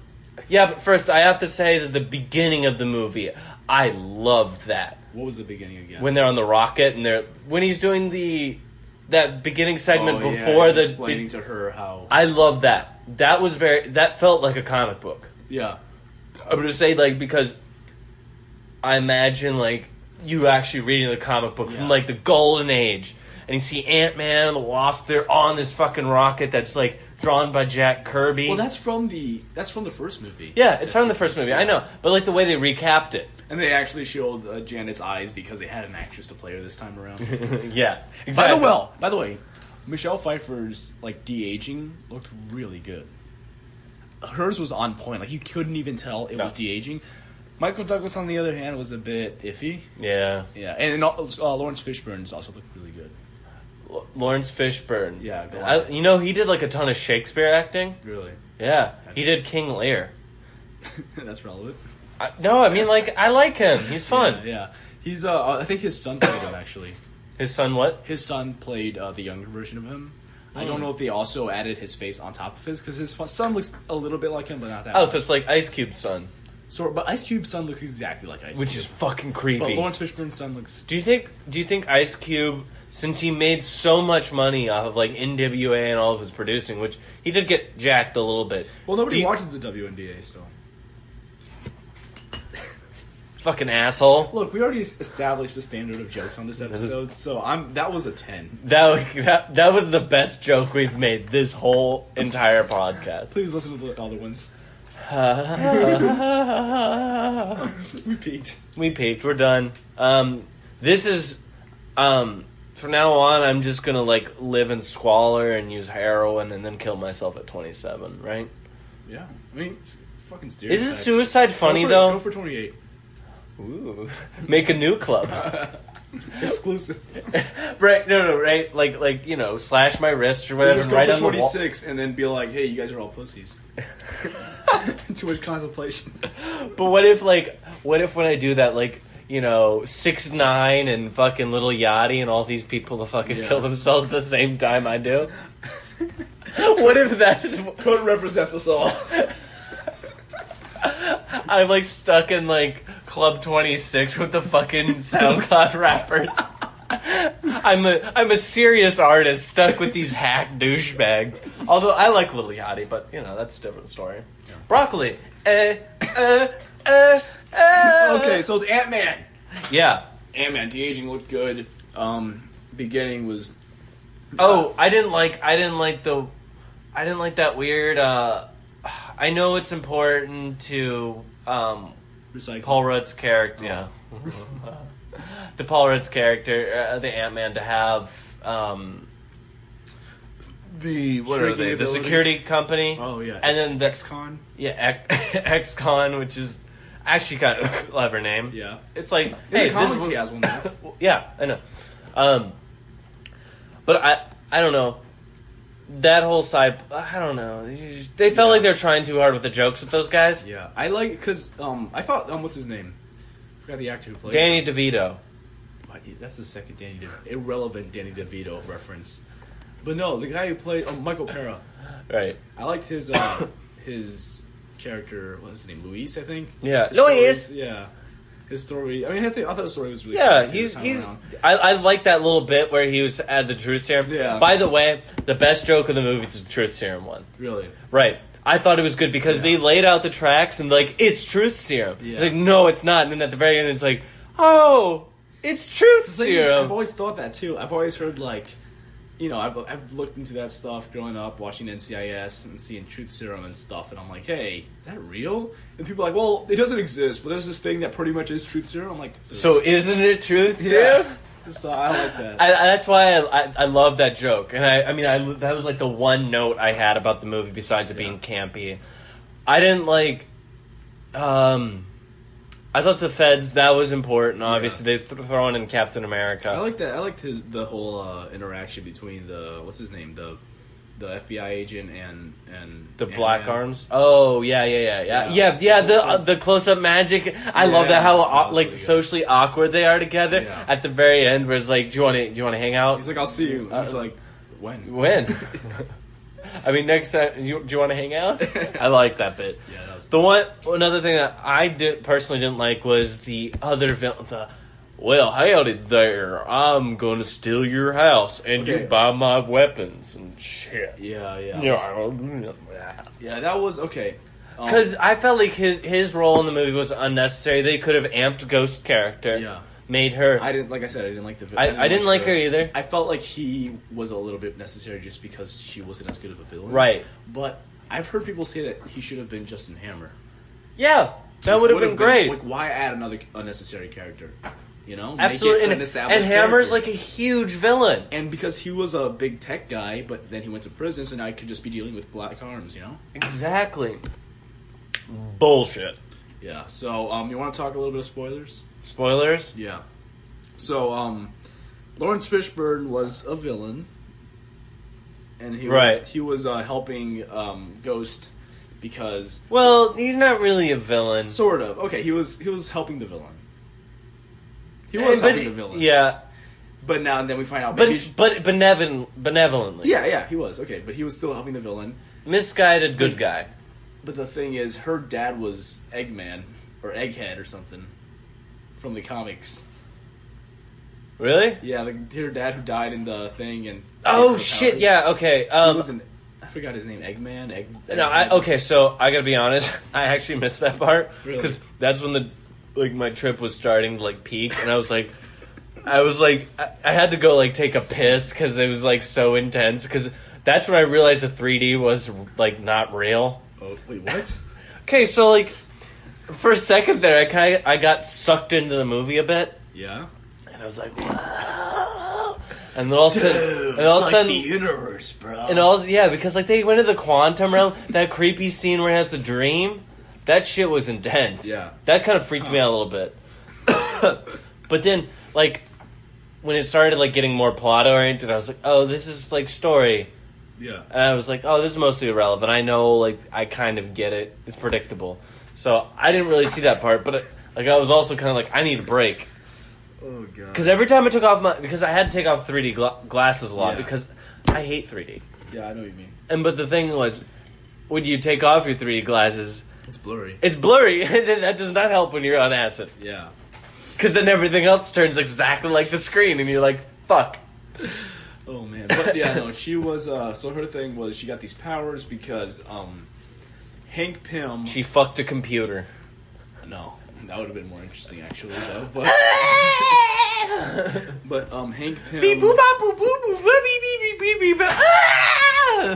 Speaker 1: yeah, but first I have to say that the beginning of the movie, I loved that
Speaker 2: What was the beginning again?
Speaker 1: when they're on the rocket and they're when he's doing the that beginning segment
Speaker 2: Oh, yeah,
Speaker 1: before
Speaker 2: he's
Speaker 1: the.
Speaker 2: explaining
Speaker 1: be-
Speaker 2: to her how
Speaker 1: I love that. That was very. That felt like a comic book.
Speaker 2: yeah
Speaker 1: I'm gonna say like because I imagine like you actually reading the comic book
Speaker 2: Yeah.
Speaker 1: from like the golden age, and you see Ant Man and the Wasp. They're on this fucking rocket that's like drawn by Jack Kirby.
Speaker 2: Well, that's from the that's from the first movie.
Speaker 1: Yeah, it's
Speaker 2: That's
Speaker 1: from the first movie. I know, but like the way they recapped it.
Speaker 2: And they actually showed uh, Janet's eyes because they had an actress to play her this time
Speaker 1: Mm-hmm.
Speaker 2: around.
Speaker 1: yeah, exactly.
Speaker 2: By the well, by the way, Michelle Pfeiffer's like de aging looked really good. Hers was on point. Like you couldn't even tell it
Speaker 1: No.
Speaker 2: was de aging. Michael Douglas, on the other hand, was a bit iffy.
Speaker 1: yeah,
Speaker 2: Yeah, and, and al- uh, Lawrence Fishburne's also looked really good.
Speaker 1: L- Lawrence Fishburne.
Speaker 2: Yeah, go on.
Speaker 1: I, you know he did like a ton of Shakespeare acting.
Speaker 2: Really,
Speaker 1: Yeah, he
Speaker 2: That's-
Speaker 1: did King Lear.
Speaker 2: that's relevant.
Speaker 1: I, no, I mean like I like him. He's fun.
Speaker 2: Yeah, yeah. he's. Uh, I think his son played him actually.
Speaker 1: His son what?
Speaker 2: his son played uh, the younger version of him. I
Speaker 1: Mm.
Speaker 2: don't know if they also added his face on top of his because his fu- son looks a little bit like him, but not that.
Speaker 1: Oh,
Speaker 2: much.
Speaker 1: so it's like Ice Cube's son,
Speaker 2: So- but Ice Cube's son looks exactly like Ice
Speaker 1: which
Speaker 2: Cube.
Speaker 1: is fucking
Speaker 2: but
Speaker 1: creepy.
Speaker 2: Lawrence Fishburne's son looks.
Speaker 1: do you think? Do you think Ice Cube? Since he made so much money off of like NWA and all of his producing, which he did get jacked a little bit.
Speaker 2: Well,
Speaker 1: Do
Speaker 2: nobody
Speaker 1: you-
Speaker 2: watches the WNBA, so
Speaker 1: Fucking asshole.
Speaker 2: look, we already es- established the standard of jokes on this episode, so I'm that was a ten.
Speaker 1: That, that that was the best joke we've made this whole entire podcast.
Speaker 2: Please listen to the other ones. We peaked.
Speaker 1: we peaked. We're done. Um, this is um, from now on. I'm just gonna like live in squalor and use heroin and then kill myself at 27. Right?
Speaker 2: Yeah, I mean, it's fucking stereotype.
Speaker 1: Isn't suicide
Speaker 2: Go
Speaker 1: funny
Speaker 2: for- Go
Speaker 1: though?
Speaker 2: for twenty eight.
Speaker 1: Ooh. Make a new club.
Speaker 2: Exclusive.
Speaker 1: right? No, no. Right? Like, like you know, slash my wrist or whatever.
Speaker 2: just go
Speaker 1: Right
Speaker 2: for
Speaker 1: on the wall.
Speaker 2: 26 and then be like, hey, you guys are all pussies. Too much contemplation.
Speaker 1: But what if like what if when I do that like you know six nine and fucking little Yachty and all these people to fucking
Speaker 2: Yeah.
Speaker 1: kill themselves at the same time I do? what if that is
Speaker 2: Code represents us all.
Speaker 1: I'm like stuck in like Club Twenty Six with the fucking SoundCloud rappers? I'm a I'm a serious artist stuck with these hack douchebags. Although I like Little Yachty, but you know that's a different story. Broccoli, eh, eh, eh, eh.
Speaker 2: okay, so the Ant Man.
Speaker 1: yeah.
Speaker 2: Ant Man, de aging looked good. Um, beginning was.
Speaker 1: Oh, I didn't like I didn't like the I didn't like that weird uh I know it's important to um
Speaker 2: Recycle.
Speaker 1: Paul Rudd's character yeah. to Paul Rudd's character uh, the Ant-Man to have um the what are
Speaker 2: Shrinking
Speaker 1: they the
Speaker 2: ability.
Speaker 1: security company
Speaker 2: Oh, yeah.
Speaker 1: and then the
Speaker 2: Con.
Speaker 1: yeah X- XCon which is actually kind of a clever name
Speaker 2: Yeah.
Speaker 1: it's like
Speaker 2: In
Speaker 1: hey
Speaker 2: the
Speaker 1: this
Speaker 2: comics,
Speaker 1: is
Speaker 2: he has one now.
Speaker 1: well, yeah, I know. Um, but I I don't know. That whole side, I don't know. You just- They felt
Speaker 2: Yeah.
Speaker 1: like they were trying too hard with the jokes with those guys.
Speaker 2: Yeah. I like, because um, I thought, um, what's his name? forgot the actor who played
Speaker 1: Danny DeVito.
Speaker 2: Why- That's the second Danny De- irrelevant Danny DeVito reference. But no, the guy who played oh, Michael Pera.
Speaker 1: Right.
Speaker 2: I liked his uh, his character. What's his name? Luis, I think.
Speaker 1: Yeah.
Speaker 2: His
Speaker 1: Luis!
Speaker 2: story- Yeah. His story. I mean, I, think, I thought the story was really.
Speaker 1: Yeah,
Speaker 2: crazy
Speaker 1: he's
Speaker 2: this time
Speaker 1: he's.
Speaker 2: around.
Speaker 1: I, I like that little bit where he was at the truth serum.
Speaker 2: Yeah.
Speaker 1: By the way, the best joke of the movie is the truth serum one.
Speaker 2: really.
Speaker 1: Right. I thought it was good because
Speaker 2: Yeah.
Speaker 1: they laid out the tracks and like it's truth serum.
Speaker 2: Yeah.
Speaker 1: It's like no, it's not. And then at the very end, it's like oh, it's truth
Speaker 2: The thing is,
Speaker 1: serum.
Speaker 2: I've always thought that too. I've always heard like you know, I've, I've looked into that stuff growing up, watching NCIS and seeing Truth Serum and stuff, and I'm like, hey, is that real? And people are like, well, it doesn't exist, but there's this thing that pretty much is Truth Serum. I'm like,
Speaker 1: So isn't it truth, dude?
Speaker 2: yeah. So I like that.
Speaker 1: I, I- that's why I, I, I love that joke, and I, I mean, I, that was like the one note I had about the movie besides it being campy. I didn't like. Um, I thought the feds that was important. Obviously, they've th- thrown in Captain America.
Speaker 2: I like that. I liked his the whole uh, interaction between the what's his name the the FBI agent and and
Speaker 1: the
Speaker 2: and-
Speaker 1: black
Speaker 2: and-
Speaker 1: arms. Oh yeah, yeah, yeah, yeah,
Speaker 2: Yeah.
Speaker 1: yeah, yeah. The uh, the close up magic. I love
Speaker 2: Yeah,
Speaker 1: that how
Speaker 2: that was
Speaker 1: au- like
Speaker 2: really good.
Speaker 1: socially awkward they are together
Speaker 2: Yeah.
Speaker 1: at the very end. Where it's like, do you want to do you want to hang out?
Speaker 2: He's like, I'll see you. And He's
Speaker 1: Uh,
Speaker 2: like, when?
Speaker 1: When? I mean, next time, you, do you want to hang out? I like that bit.
Speaker 2: Yeah, that was-
Speaker 1: The one, another thing that I did personally didn't like was the other villain. The well, howdy there! I'm gonna steal your house and
Speaker 2: Okay.
Speaker 1: you buy my weapons and shit.
Speaker 2: Yeah, yeah,
Speaker 1: Yeah, I don't- yeah.
Speaker 2: yeah. That was okay. Um,
Speaker 1: Because I felt like his his role in the movie was unnecessary. They could have amped Ghost character,
Speaker 2: Yeah.
Speaker 1: made her.
Speaker 2: I didn't like I said I didn't like the. vi-
Speaker 1: I, I didn't like her either.
Speaker 2: I felt like he was a little bit necessary just because she wasn't as good of a villain.
Speaker 1: Right.
Speaker 2: But I've heard people say that he should have been Justin Hammer.
Speaker 1: Yeah, that
Speaker 2: Which
Speaker 1: would have been great.
Speaker 2: Like, why add another unnecessary character? You know, Make it
Speaker 1: Absolutely,
Speaker 2: an
Speaker 1: and, and
Speaker 2: established
Speaker 1: Hammer's
Speaker 2: character.
Speaker 1: like a huge villain.
Speaker 2: and because he was a big tech guy, but then he went to prison, so now he could just be dealing with black arms, you know?
Speaker 1: Exactly. Bullshit.
Speaker 2: Yeah. So, um, you want to talk a little bit of spoilers?
Speaker 1: Spoilers.
Speaker 2: Yeah. So, um, Lawrence Fishburne was a villain, and he
Speaker 1: Right.
Speaker 2: was he was uh, helping um, Ghost because
Speaker 1: Well, he's not really a villain.
Speaker 2: sort of okay he was he was helping the villain. He
Speaker 1: Eh,
Speaker 2: was
Speaker 1: but-
Speaker 2: helping the villain.
Speaker 1: Yeah,
Speaker 2: But now and then we find out. Maybe
Speaker 1: but but benevolent, benevolently.
Speaker 2: yeah, yeah, he was okay, but he was still helping the villain.
Speaker 1: Misguided good guy.
Speaker 2: But the thing is, her dad was Eggman or Egghead or something from the comics.
Speaker 1: Really?
Speaker 2: Yeah, the, her dad who died in the thing and
Speaker 1: Oh shit! Yeah. Okay.
Speaker 2: He
Speaker 1: Um.
Speaker 2: was an I forgot his name. Eggman. Egg.
Speaker 1: No. I, okay. So I gotta be honest. I actually missed that part
Speaker 2: Really?
Speaker 1: because that's when the like my trip was starting to like peak, and I was like, I was like, I, I had to go like take a piss because it was like so intense. Because that's when I realized the 3D was like not real.
Speaker 2: Oh, wait, what?
Speaker 1: Okay, so like for a second there, I kind I got sucked into the movie a bit,
Speaker 2: yeah.
Speaker 1: and I was like, wow. And then all of a sudden, and all of a sudden,
Speaker 2: universe, bro.
Speaker 1: and all yeah, because like they went into the quantum realm. that creepy scene where he has the dream, that shit was intense.
Speaker 2: Yeah.
Speaker 1: that kind of freaked me out a little bit. but then, like, when it started like getting more plot oriented, I was like, oh, this is like story.
Speaker 2: yeah.
Speaker 1: And I was like, oh, this is mostly irrelevant. I know, like, I kind of get it. It's predictable. So I didn't really see that part, but like, I was also kind of like, I need a break
Speaker 2: Oh god.
Speaker 1: because every time I took off my because I had to take off 3D gla- glasses a lot
Speaker 2: Yeah.
Speaker 1: because I hate 3D.
Speaker 2: yeah, I know what you mean.
Speaker 1: And but the thing was, when you take off your 3D glasses,
Speaker 2: It's blurry.
Speaker 1: it's blurry, and then that does not help when you're on acid
Speaker 2: Yeah.
Speaker 1: because then everything else turns exactly like the screen, and you're like, fuck.
Speaker 2: Oh man, but yeah, no, she was. uh So her thing was she got these powers because um Hank Pym.
Speaker 1: She fucked a computer.
Speaker 2: no, that would have been more interesting actually, though. But but um Hank Pym.
Speaker 1: Beep boop bop, boop boop boop boop, beep beep beep beep beep. Ah!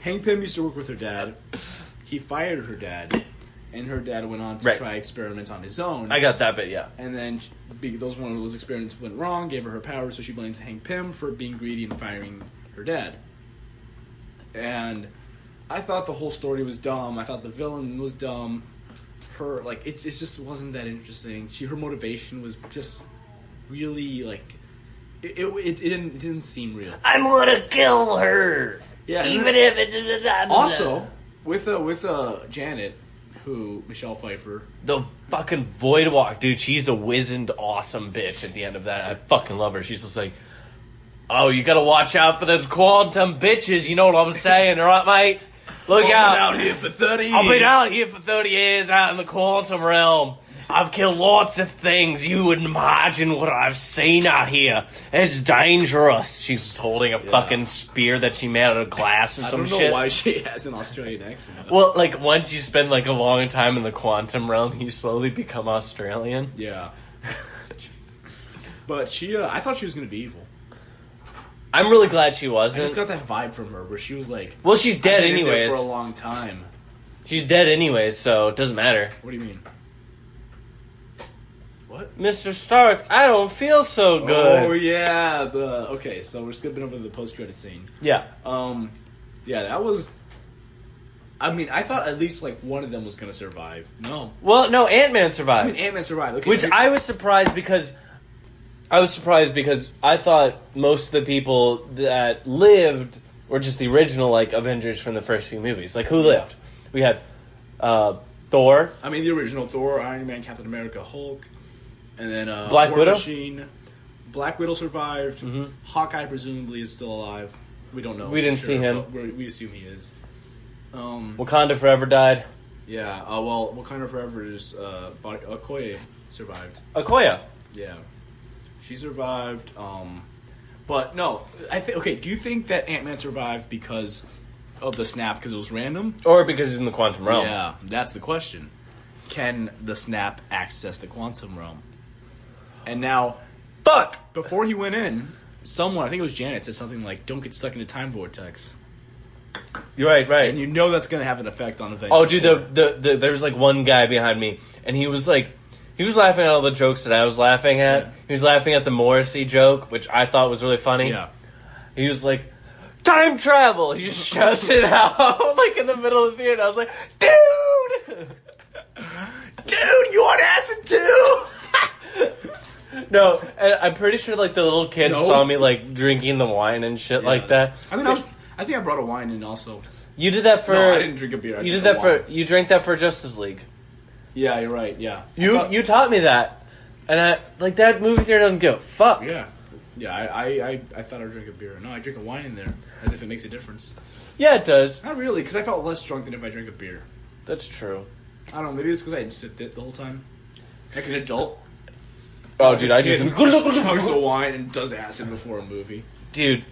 Speaker 2: Hank Pym used to work with her dad. He fired her dad, and her dad went on to
Speaker 1: Right.
Speaker 2: try experiments on his own.
Speaker 1: I got that bit, yeah.
Speaker 2: and then she- be- those one of those experiments went wrong, gave her her powers, so she blames Hank Pym for being greedy and firing her dad. And I thought the whole story was dumb. I thought the villain was dumb. Her like it, it just wasn't that interesting. She her motivation was just really like it it, it, didn't it didn't seem real.
Speaker 1: I'm gonna kill her,
Speaker 2: Yeah.
Speaker 1: if it's
Speaker 2: Also, with uh, with uh, Janet, who Michelle Pfeiffer,
Speaker 1: the fucking void walk, dude. She's a wizened, awesome bitch. At the end of that, I fucking love her. She's just like, oh, you gotta watch out for those quantum bitches. You know what I'm saying, all right, mate? Look out!
Speaker 2: here for thirty.
Speaker 1: I've been out here for thirty years, out in the quantum realm. I've killed lots of things. You wouldn't imagine what I've seen out here. It's dangerous. She's just holding a fucking spear that she made out of glass or
Speaker 2: I
Speaker 1: some
Speaker 2: don't know
Speaker 1: shit.
Speaker 2: why she has an Australian accent.
Speaker 1: Well, like once you spend like a long time in the quantum realm, you slowly become Australian.
Speaker 2: Yeah. but she, uh, I thought she was gonna be evil.
Speaker 1: I'm really glad she
Speaker 2: I just
Speaker 1: wasn't.
Speaker 2: got that vibe from her where she was like
Speaker 1: well, she's dead
Speaker 2: "I've been in there
Speaker 1: anyways.
Speaker 2: for a long time.
Speaker 1: She's dead anyways, so it doesn't matter.
Speaker 2: What do you mean? What?
Speaker 1: Mr. Stark, I don't feel so good.
Speaker 2: Oh yeah, the okay. So we're skipping over to the post credit scene.
Speaker 1: yeah.
Speaker 2: Um, yeah, that was. I mean, I thought at least like one of them was gonna survive. No,
Speaker 1: Well, no, Ant Man
Speaker 2: I
Speaker 1: survived.
Speaker 2: mean Ant Man survived. Okay,
Speaker 1: Which
Speaker 2: here-
Speaker 1: I was surprised because I was surprised because I thought most of the people that lived were just the original like Avengers from the first few movies. Like who lived? We had uh, Thor,
Speaker 2: I mean the original Thor, Iron Man, Captain America, Hulk, and then uh,
Speaker 1: Black
Speaker 2: War
Speaker 1: Widow? Mm-hmm.
Speaker 2: Machine. Black Widow survived. Hawkeye presumably is still alive. We don't know.
Speaker 1: We
Speaker 2: for
Speaker 1: didn't see him.
Speaker 2: but we're- we assume he is. Um.
Speaker 1: Wakanda Forever died.
Speaker 2: Yeah. Uh, well, Wakanda Forever's uh, body, Okoye survived.
Speaker 1: Okoya.
Speaker 2: Yeah, she survived. Um, but no, I think. Okay, do you think that Ant Man survived because of the snap? Because it was random.
Speaker 1: Or because he's in the quantum realm.
Speaker 2: Yeah, that's the question. Can the snap access the quantum realm? And now,
Speaker 1: Fuck!
Speaker 2: before he went in, someone I think it was Janet said something like, "Don't get stuck in a time vortex,"
Speaker 1: You're right, right.
Speaker 2: and you know that's going to have an effect on Avengers.
Speaker 1: Oh, dude,
Speaker 2: four.
Speaker 1: the, the, the there was like one guy behind me, and he was like, he was laughing at all the jokes that I was laughing at.
Speaker 2: Yeah.
Speaker 1: He was laughing at the Morrissey joke, which I thought was really funny.
Speaker 2: yeah.
Speaker 1: He was like, "Time travel!" He just shouted it out like in the middle of the theater. I was like, "Dude,
Speaker 2: Dude, you want acid too?
Speaker 1: no!" And I'm pretty sure like the little kids
Speaker 2: No.
Speaker 1: saw me like drinking the wine and shit like that.
Speaker 2: I mean, I, was, I think I brought a wine in also.
Speaker 1: you did that for.
Speaker 2: no, I didn't drink a beer. I
Speaker 1: You did
Speaker 2: drank a
Speaker 1: that
Speaker 2: wine.
Speaker 1: for. You drank that for Justice League.
Speaker 2: Yeah, you're right. Yeah.
Speaker 1: You
Speaker 2: I thought-
Speaker 1: you taught me that, and I like that movie theater doesn't go fuck.
Speaker 2: Yeah. Yeah, I, I, I, I thought I'd drink a beer. No, I drink a wine in there, as if it makes a difference.
Speaker 1: Yeah, it does.
Speaker 2: Not really, because I felt less drunk than if I drink a beer.
Speaker 1: That's true.
Speaker 2: I don't know, maybe it's because I had sipped it the whole time. Like an adult.
Speaker 1: Oh, dude, I just
Speaker 2: Kid chugs a wine and does acid before a movie.
Speaker 1: dude.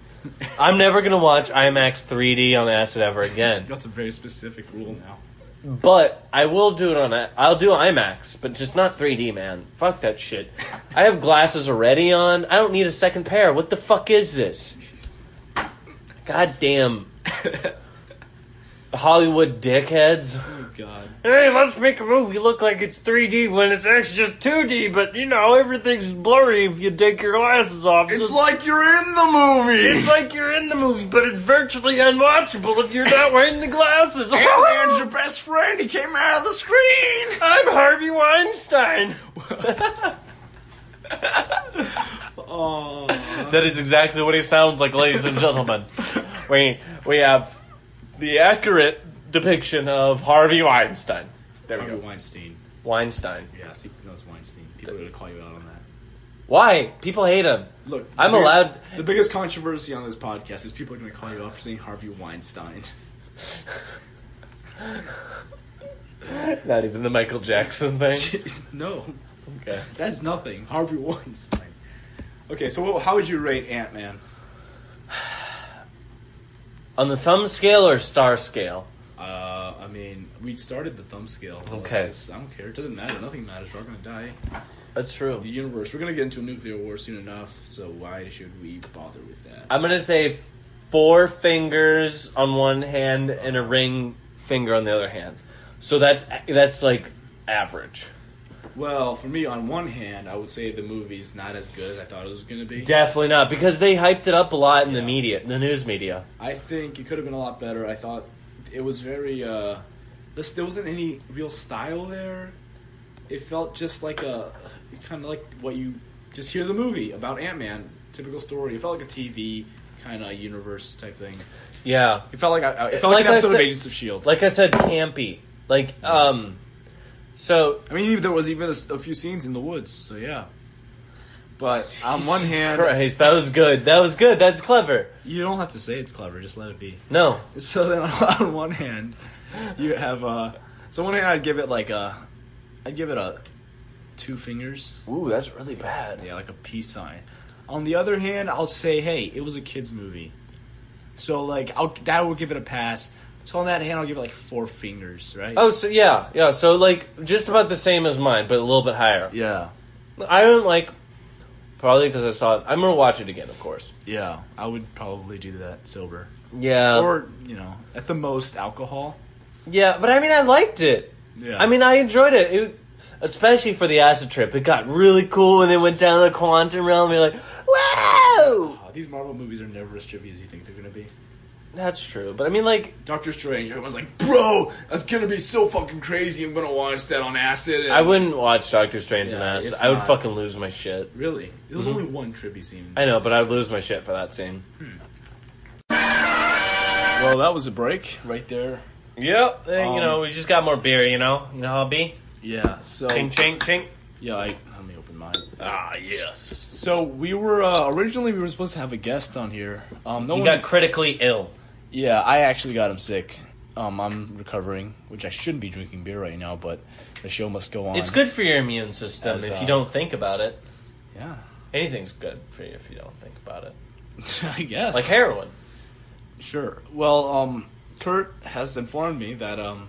Speaker 1: I'm never gonna watch IMAX 3D on acid ever again.
Speaker 2: That's a very specific rule now.
Speaker 1: But I will do it on. i I'll do IMAX, but just not 3D, man. Fuck that shit. I have glasses already on. I don't need a second pair. What the fuck is this? God damn. Hollywood dickheads.
Speaker 2: Oh, God.
Speaker 1: Hey, let's make a movie look like it's 3D when it's actually just 2D, but you know, everything's blurry if you take your glasses off.
Speaker 2: It's like you're in the movie!
Speaker 1: it's like you're in the movie, but it's virtually unwatchable if you're not wearing the glasses.
Speaker 2: Ant-Man's your best friend! He came out of the screen!
Speaker 1: I'm Harvey Weinstein.
Speaker 2: Oh.
Speaker 1: That is exactly what he sounds like, ladies and gentlemen. we we have the accurate depiction of Harvey Weinstein. There we
Speaker 2: Harvey
Speaker 1: go.
Speaker 2: Weinstein.
Speaker 1: Weinstein.
Speaker 2: Yeah, see, no, it's Weinstein. People are going to call you out on that.
Speaker 1: Why? People hate him.
Speaker 2: Look,
Speaker 1: I'm
Speaker 2: the biggest-
Speaker 1: allowed-
Speaker 2: The biggest controversy on this podcast is people are going to call you out for saying Harvey Weinstein.
Speaker 1: Not even the Michael Jackson thing.
Speaker 2: no,
Speaker 1: Okay.
Speaker 2: that is nothing. Harvey Weinstein. Okay, so what, how would you rate Ant Man?
Speaker 1: On the thumb scale or star scale?
Speaker 2: Uh, I mean, we started the thumb scale. so let's
Speaker 1: Okay.
Speaker 2: just- I don't care. It doesn't matter. Nothing matters. We're all going to die.
Speaker 1: That's true.
Speaker 2: The universe. We're going to get into a nuclear war soon enough. So why should we bother with that?
Speaker 1: I'm gonna say four fingers on one hand and a ring finger on the other hand. So that's that's like average.
Speaker 2: well, for me, on one hand, I would say the movie's not as good as I thought it was going to be.
Speaker 1: Definitely not because they hyped it up a lot in the
Speaker 2: Yeah.
Speaker 1: media, the news media.
Speaker 2: I think it could have been a lot better. I thought it was very. Uh, this there wasn't any real style there. It felt just like a kind of like what you just here's a movie about Ant Man, typical story. It felt like a TV kind of universe type thing.
Speaker 1: Yeah,
Speaker 2: It felt like I, it felt like,
Speaker 1: Like I
Speaker 2: an episode
Speaker 1: said-
Speaker 2: of Agents of Shield.
Speaker 1: like I said, campy. Like um, so
Speaker 2: I mean, there was even a, s- a few scenes in the woods. So yeah. But on one
Speaker 1: Jesus
Speaker 2: hand,
Speaker 1: Christ, that was good. That was good. That's clever.
Speaker 2: you don't have to say it's clever. Just let it be.
Speaker 1: No,
Speaker 2: So then, on one hand, you have uh, so on one hand I'd give it like a, I'd give it a, two fingers.
Speaker 1: ooh, that's really bad.
Speaker 2: Yeah, like a peace sign. On the other hand, I'll say, hey, it was a kids movie, so like I'll that will give it a pass. So on that hand, I'll give it like four fingers, right?
Speaker 1: Oh, so yeah, yeah. So like just about the same as mine, but a little bit higher.
Speaker 2: yeah.
Speaker 1: I don't like Probably because I saw it. I'm gonna watch it again, of course.
Speaker 2: Yeah, I would probably do that sober.
Speaker 1: Yeah.
Speaker 2: or, you know, at the most, alcohol.
Speaker 1: yeah, but I mean, I liked it.
Speaker 2: Yeah.
Speaker 1: I mean, I enjoyed it. it. Especially for the acid trip, it got really cool when they went down the quantum realm. You're like, whoa!
Speaker 2: Wow, these Marvel movies are never as trippy as you think they're going to be.
Speaker 1: That's true, but I mean, like,
Speaker 2: Doctor Strange, everyone's like, bro, that's going to be so fucking crazy. I'm going to watch that on acid. and-
Speaker 1: I wouldn't watch Doctor Strange
Speaker 2: Yeah,
Speaker 1: and acid.
Speaker 2: it's
Speaker 1: I would
Speaker 2: not-
Speaker 1: fucking lose my shit.
Speaker 2: Really? There was only one trippy scene.
Speaker 1: Mm-hmm. I know, but I'd lose my shit for that scene.
Speaker 2: well, that was a break right there.
Speaker 1: Yep. eh,
Speaker 2: Um,
Speaker 1: you know, we just got more beer. You know, you know how it be.
Speaker 2: Yeah, so.
Speaker 1: Ching, ching, ching.
Speaker 2: Yeah, I, let me open mine.
Speaker 1: Ah, yes.
Speaker 2: So we were uh, originally we were supposed to have a guest on here. Um, no
Speaker 1: You
Speaker 2: one.
Speaker 1: got critically ill.
Speaker 2: yeah, I actually got him sick. Um, I'm recovering, which I shouldn't be drinking beer right now, but the show must go on.
Speaker 1: It's good for your immune system
Speaker 2: As,
Speaker 1: if
Speaker 2: uh,
Speaker 1: you don't think about it.
Speaker 2: Yeah,
Speaker 1: Anything's good for you if you don't think about it.
Speaker 2: I guess.
Speaker 1: Like heroin.
Speaker 2: Sure. Well, um, Kurt has informed me that um,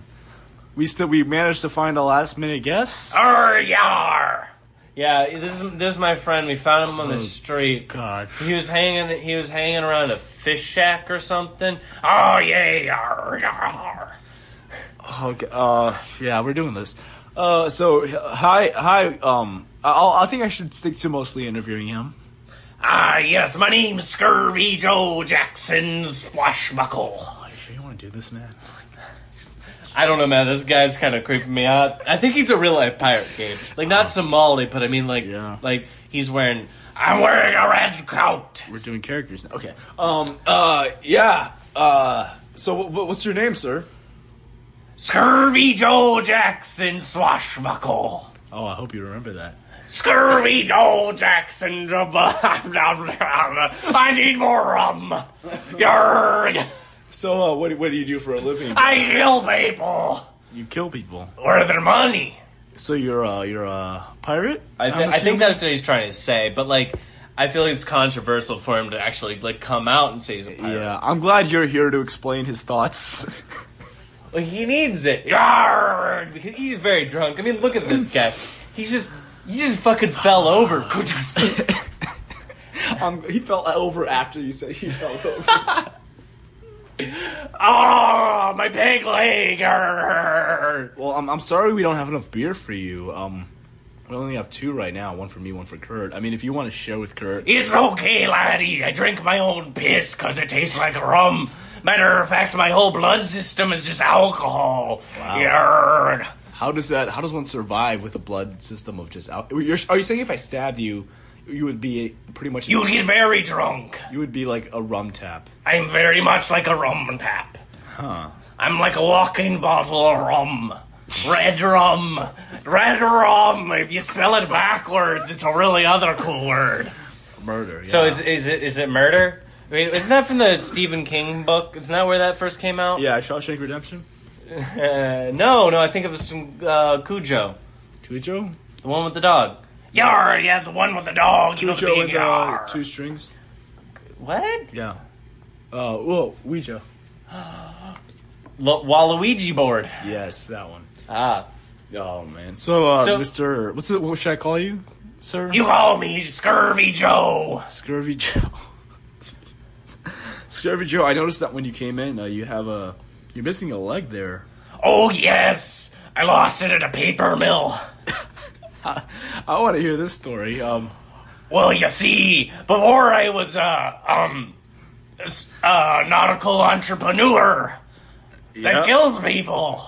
Speaker 2: we still we managed to find a last minute guest.
Speaker 1: Arr, yar! Yeah, this is this is my friend. We found him on
Speaker 2: Hmm.
Speaker 1: the street.
Speaker 2: God.
Speaker 1: He was hanging. He was hanging around a fish shack or something. Oh yeah, yar, yar.
Speaker 2: Oh, g- uh, yeah, we're doing this. Uh, so h- hi, hi. Um, I'll, I think I should stick to mostly interviewing him.
Speaker 1: Ah yes, my name's Scurvy Joe Jackson Swashbuckle.
Speaker 2: Oh, you sure you want to do this, man?
Speaker 1: I don't know, man. This guy's kind of creeping me out. I think he's a real life pirate game, like not Somali, but I mean, like,
Speaker 2: Yeah.
Speaker 1: like he's wearing. I'm wearing a red coat.
Speaker 2: We're doing characters now. Okay. Um. Uh. Yeah. Uh. So, w- what's your name, sir?
Speaker 1: Scurvy Joe Jackson Swashbuckle.
Speaker 2: Oh, I hope you remember that.
Speaker 1: Scurvy Joe Jackson. I need more rum. Yarg.
Speaker 2: So, uh, what do- what do you do for a living?
Speaker 1: I kill people
Speaker 2: you kill people.
Speaker 1: for their money.
Speaker 2: So you're uh you're a pirate.
Speaker 1: I, th-
Speaker 2: I'm
Speaker 1: I think
Speaker 2: assuming?
Speaker 1: that's what he's trying to say, but like, I feel it's controversial for him to actually like come out and say he's a pirate.
Speaker 2: Yeah, I'm glad you're here to explain his thoughts.
Speaker 1: Well, he needs it. Yarr! Because he's very drunk. I mean, look at this guy. He's just he just fucking fell over.
Speaker 2: um, he fell over after you said he fell over.
Speaker 1: oh, my pig leg. Yarr!
Speaker 2: well, I'm I'm sorry we don't have enough beer for you. Um, we only have two right now, one for me, one for Kurt. I mean, if you want to share with Kurt,
Speaker 1: It's okay, laddie. I drink my own piss because it tastes like rum. Matter of fact, my whole blood system is just alcohol. Yarr!
Speaker 2: how does that? How does one survive with a blood system of just out? You're, are you saying if I stabbed you, you would be pretty much
Speaker 1: You'd get very drunk.
Speaker 2: you would be like a rum tap?
Speaker 1: I'm very much like a rum tap.
Speaker 2: Huh.
Speaker 1: I'm like a walking bottle of rum. Red rum. Red rum. If you spell it backwards, it's a really other cool word.
Speaker 2: Murder. Yeah.
Speaker 1: So is, is it is it murder? I mean, isn't that from the Stephen King book? Isn't that where that first came out?
Speaker 2: yeah, Shawshank Redemption.
Speaker 1: Uh, no, no, I think it was from uh, Cujo,
Speaker 2: Cujo.
Speaker 1: the one with the dog. Yar, yeah, the one with the dog. You know, the
Speaker 2: Cujo
Speaker 1: big
Speaker 2: and uh,
Speaker 1: yar.
Speaker 2: two strings.
Speaker 1: What?
Speaker 2: Yeah. Uh, whoa, Ouija.
Speaker 1: L- Waluigi board.
Speaker 2: Yes, that one.
Speaker 1: Ah.
Speaker 2: Oh man. So, uh,
Speaker 1: So-
Speaker 2: Mr. What's it, what should I call you, sir?
Speaker 1: You call me Scurvy Joe.
Speaker 2: Scurvy Joe. Scurvy Joe. I noticed that when you came in, uh, you have a you're missing a leg there.
Speaker 1: Oh, yes. I lost it at a paper mill.
Speaker 2: I want to hear this story. Um,
Speaker 1: Well, you see, before I was a um s- a nautical entrepreneur that kills people,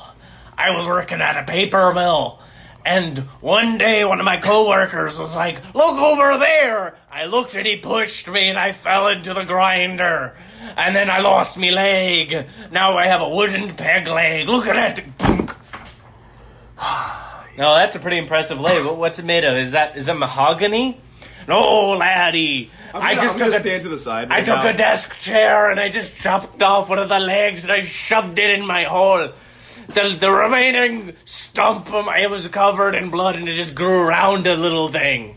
Speaker 1: I was working at a paper mill. And one day, one of my coworkers was like, "Look over there!" I looked, and he pushed me, and I fell into the grinder. And then I lost me leg. Now I have a wooden peg leg. Look at it. No, that's a pretty impressive leg. What- What's it made of? Is that is that mahogany? No, laddie. I just took a
Speaker 2: to the side.
Speaker 1: I took a desk chair and I just chopped off one of the legs and I shoved it in my hole. The, the remaining stump of my, it was covered in blood and it just grew around a little thing.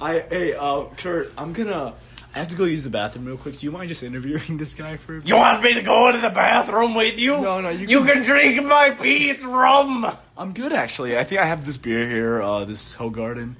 Speaker 2: I hey, uh, Kurt. I'm gonna. I have to go use the bathroom real quick. Do you mind just interviewing this guy for? a bit?
Speaker 1: You want me to go into the bathroom with you?
Speaker 2: No, no, you
Speaker 1: can, drink my pee, it's rum.
Speaker 2: I'm good actually. I think I have this beer here, uh, this Hogarden.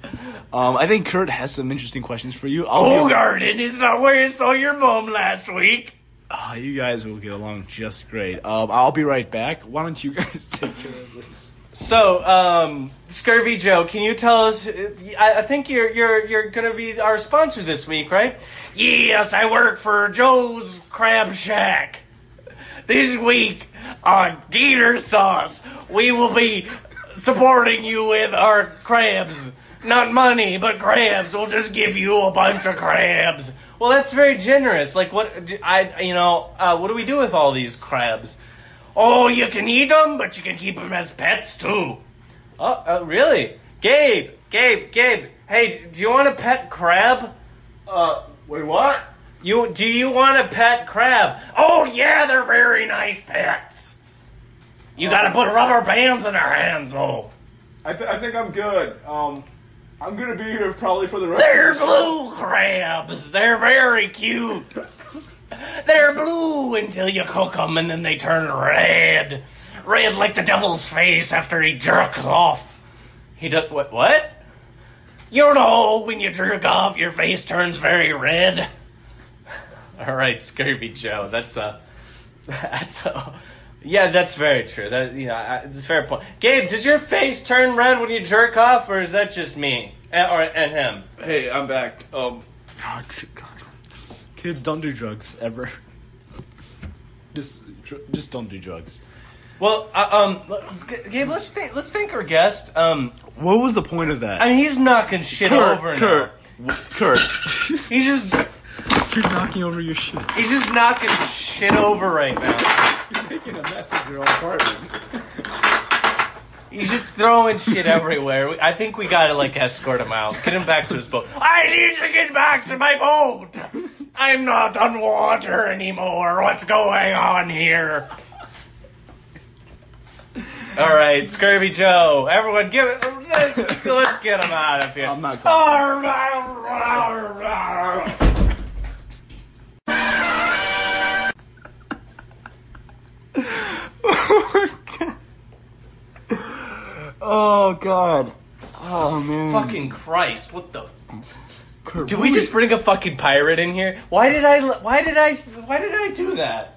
Speaker 2: Um, I think Kurt has some interesting questions for you. I'll be-
Speaker 1: Garden is not where you saw your mom last week.
Speaker 2: Ah, you guys will get along just great. Um, I'll be right back. Why don't you guys take care of this?
Speaker 1: So, um, Scurvy Joe, can you tell us? I, I think you're you're you're gonna be our sponsor this week, right? Yes, I work for Joe's Crab Shack. This week on Gator Sauce, we will be supporting you with our crabs. Not money, but crabs. We'll just give you a bunch of crabs. Well, that's very generous. Like, what I you know, uh, what do we do with all these crabs? Oh, you can eat them, but you can keep them as pets too. Oh, uh, really? Gabe, Gabe, Gabe. Hey, do you want a pet crab? Uh, wait, what? You do you want a pet crab? Oh yeah, they're very nice pets. You gotta put rubber bands in their hands though.
Speaker 2: I, th- I think I'm good. Um, I'm gonna be here probably for the rest.
Speaker 1: They're blue crabs. They're very cute. They're blue until you cook them and then they turn red. Red like the devil's face after he jerks off. He does what? What? You know, when you jerk off, your face turns very red. All right, Scurvy Joe. That's a. That's a. Yeah, that's very true. That you know, I- it's a fair point. Gabe, does your face turn red when you jerk off, or is that just me and, or and him?
Speaker 2: Hey, I'm back. Um, God, kids don't do drugs ever. Just, dr- just don't do drugs.
Speaker 1: Well, uh, um, l- G- Gabe, let's thank, let's thank our guest. Um,
Speaker 2: What was the point of that?
Speaker 1: I mean, he's knocking shit over now.
Speaker 2: Kurt, Kurt,
Speaker 1: He's just
Speaker 2: you're knocking over your shit.
Speaker 1: he's just knocking shit over right now.
Speaker 2: You're making a mess of your own apartment.
Speaker 1: He's just throwing shit everywhere. We- I think we gotta like escort him out, get him back to his boat. I need to get back to my boat. I'm not on water anymore. What's going on here? All right, Scurvy Joe. Everyone, give it. Let's, let's get him out of here.
Speaker 2: I'm not. Oh God. Oh man.
Speaker 1: Fucking Christ! What the?
Speaker 2: Kurt,
Speaker 1: Did
Speaker 2: what
Speaker 1: we
Speaker 2: were
Speaker 1: just bring a fucking pirate in here? Why did I? Why did I? Why did I do that?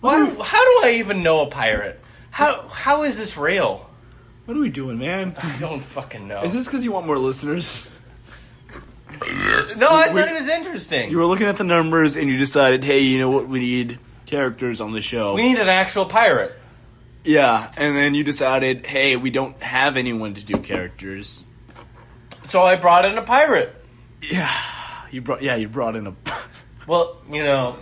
Speaker 1: Why, how do I even know a pirate? How how is this real?
Speaker 2: you- What are we doing, man?
Speaker 1: I don't fucking know.
Speaker 2: Is this because you want more listeners?
Speaker 1: no, I
Speaker 2: we-
Speaker 1: thought it was interesting.
Speaker 2: You were looking at the numbers and you decided, hey, you know what? We need characters on the show.
Speaker 1: we need an actual pirate.
Speaker 2: yeah, and then you decided, hey, we don't have anyone to do characters.
Speaker 1: So I brought in a pirate.
Speaker 2: Yeah, you brought. Yeah, you brought in a.
Speaker 1: Well, you know,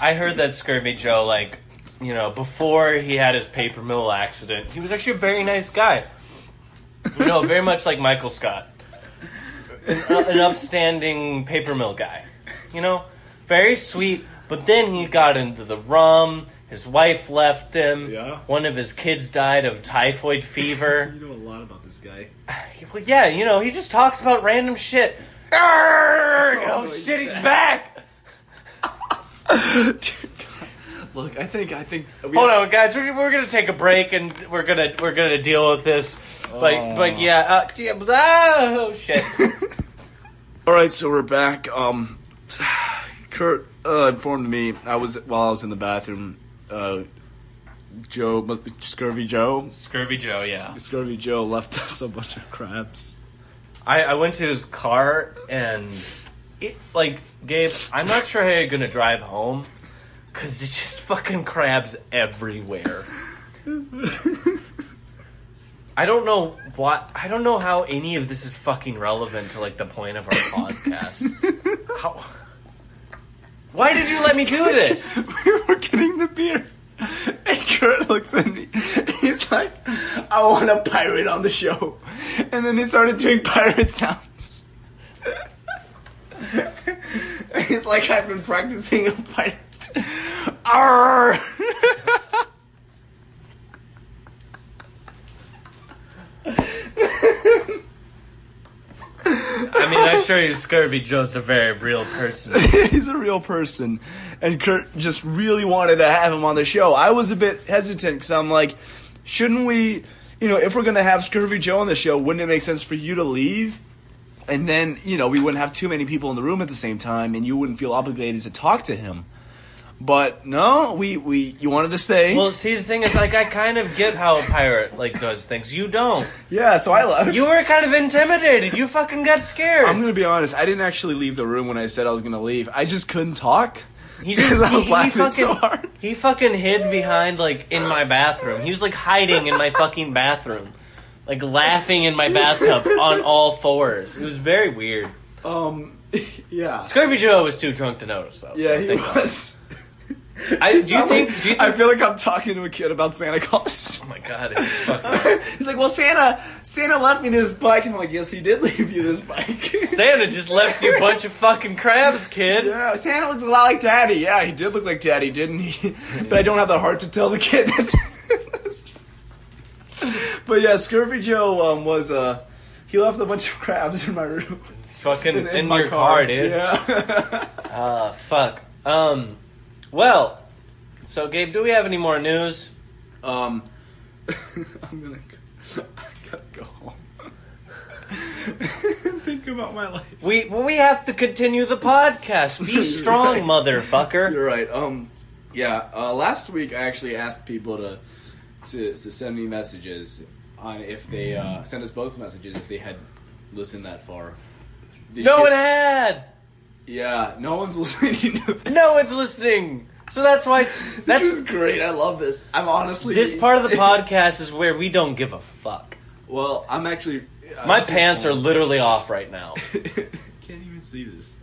Speaker 1: I heard that Scurvy Joe, like, you know, before he had his paper mill accident, he was actually a very nice guy. You know, very much like Michael Scott, an, an upstanding paper mill guy. You know, very sweet. But then he got into the rum. His wife left him.
Speaker 2: Yeah.
Speaker 1: One of his kids died of typhoid fever.
Speaker 2: know a lot about this guy.
Speaker 1: Well, yeah, you know, he just talks about random shit. Arrgh! Oh,
Speaker 2: he's
Speaker 1: shit, he's back!
Speaker 2: Look, I think I think. We
Speaker 1: Hold on, guys. We're, we're gonna take a break, and we're gonna we're gonna deal with this. But
Speaker 2: Oh.
Speaker 1: but yeah, uh, yeah, but- oh shit.
Speaker 2: All right, so we're back. Um, Kurt uh, informed me I was while I was in the bathroom. Uh, Joe, must be Scurvy Joe,
Speaker 1: Scurvy Joe, yeah.
Speaker 2: Scurvy Joe left us a bunch of crabs.
Speaker 1: I, I went to his car, and it like Gabe. I'm not sure how you're gonna drive home, cause it's just fucking crabs everywhere. I don't know what I don't know how any of this is fucking relevant to like the point of our podcast. How? Why did you let me do this?
Speaker 2: we were getting the beer. And Kurt looks at me. He's like, I want a pirate on the show. And then he started doing pirate sounds. And he's like, I've been practicing a pirate. Arr!
Speaker 1: I mean, I assure you, Scurvy Joe's a very real person.
Speaker 2: He's a real person. And Kurt just really wanted to have him on the show. I was a bit hesitant because I'm like, Shouldn't we, you know, if we're going to have Scurvy Joe on the show, wouldn't it make sense for you to leave? And then, you know, we wouldn't have too many people in the room at the same time and you wouldn't feel obligated to talk to him. But no, we, we you wanted to stay.
Speaker 1: Well, see, the thing is, like, I kind of get how a pirate like does things. You don't.
Speaker 2: yeah, so I left.
Speaker 1: You were kind of intimidated. You fucking got scared.
Speaker 2: I'm going to be honest, I didn't actually leave the room when I said I was going to leave. I just couldn't talk.
Speaker 1: He
Speaker 2: Because I was laughing
Speaker 1: fucking,
Speaker 2: so hard.
Speaker 1: He fucking hid behind like in my bathroom. He was like hiding in my fucking bathroom, like laughing in my bathtub on all fours. It was very weird.
Speaker 2: Um, yeah.
Speaker 1: Scurvy Joe was too drunk to notice though. so
Speaker 2: Yeah, he
Speaker 1: thank God.
Speaker 2: was.
Speaker 1: I, do you think? Do you think?
Speaker 2: I feel like I'm talking to a kid about Santa Claus.
Speaker 1: oh my god! It was fucking,
Speaker 2: He's like, "Well, Santa, Santa left me this bike," and I'm like, "Yes, he did leave you this bike."
Speaker 1: Santa just left you a bunch of fucking crabs, kid.
Speaker 2: yeah, Santa looked a lot like Daddy. Yeah, he did look like Daddy, didn't he? but I don't have the heart to tell the kid. That's but yeah, Scurvy Joe um, was uh, he left a bunch of crabs in my room.
Speaker 1: It's fucking in, your car, dude.
Speaker 2: Yeah.
Speaker 1: Ah, fuck. Um, well, so Gabe, do we have any more news?
Speaker 2: Um, I'm gonna, go- I gotta go home. Think about my life.
Speaker 1: We well, we have to continue the podcast. Be strong,
Speaker 2: Right.
Speaker 1: motherfucker.
Speaker 2: You're right. Um, yeah. Uh, last week I actually asked people to to, to send me messages on if they uh, sent us both messages if they had listened that far. Did
Speaker 1: No
Speaker 2: you
Speaker 1: one
Speaker 2: get-
Speaker 1: had.
Speaker 2: Yeah, no one's listening to this.
Speaker 1: No one's listening. So that's why it's,
Speaker 2: This is
Speaker 1: that's
Speaker 2: great. I love this. I'm honestly
Speaker 1: this part of the podcast is where we don't give a fuck.
Speaker 2: well, I'm actually. I'm
Speaker 1: My
Speaker 2: so-
Speaker 1: pants are literally off right now.
Speaker 2: Can't even see this.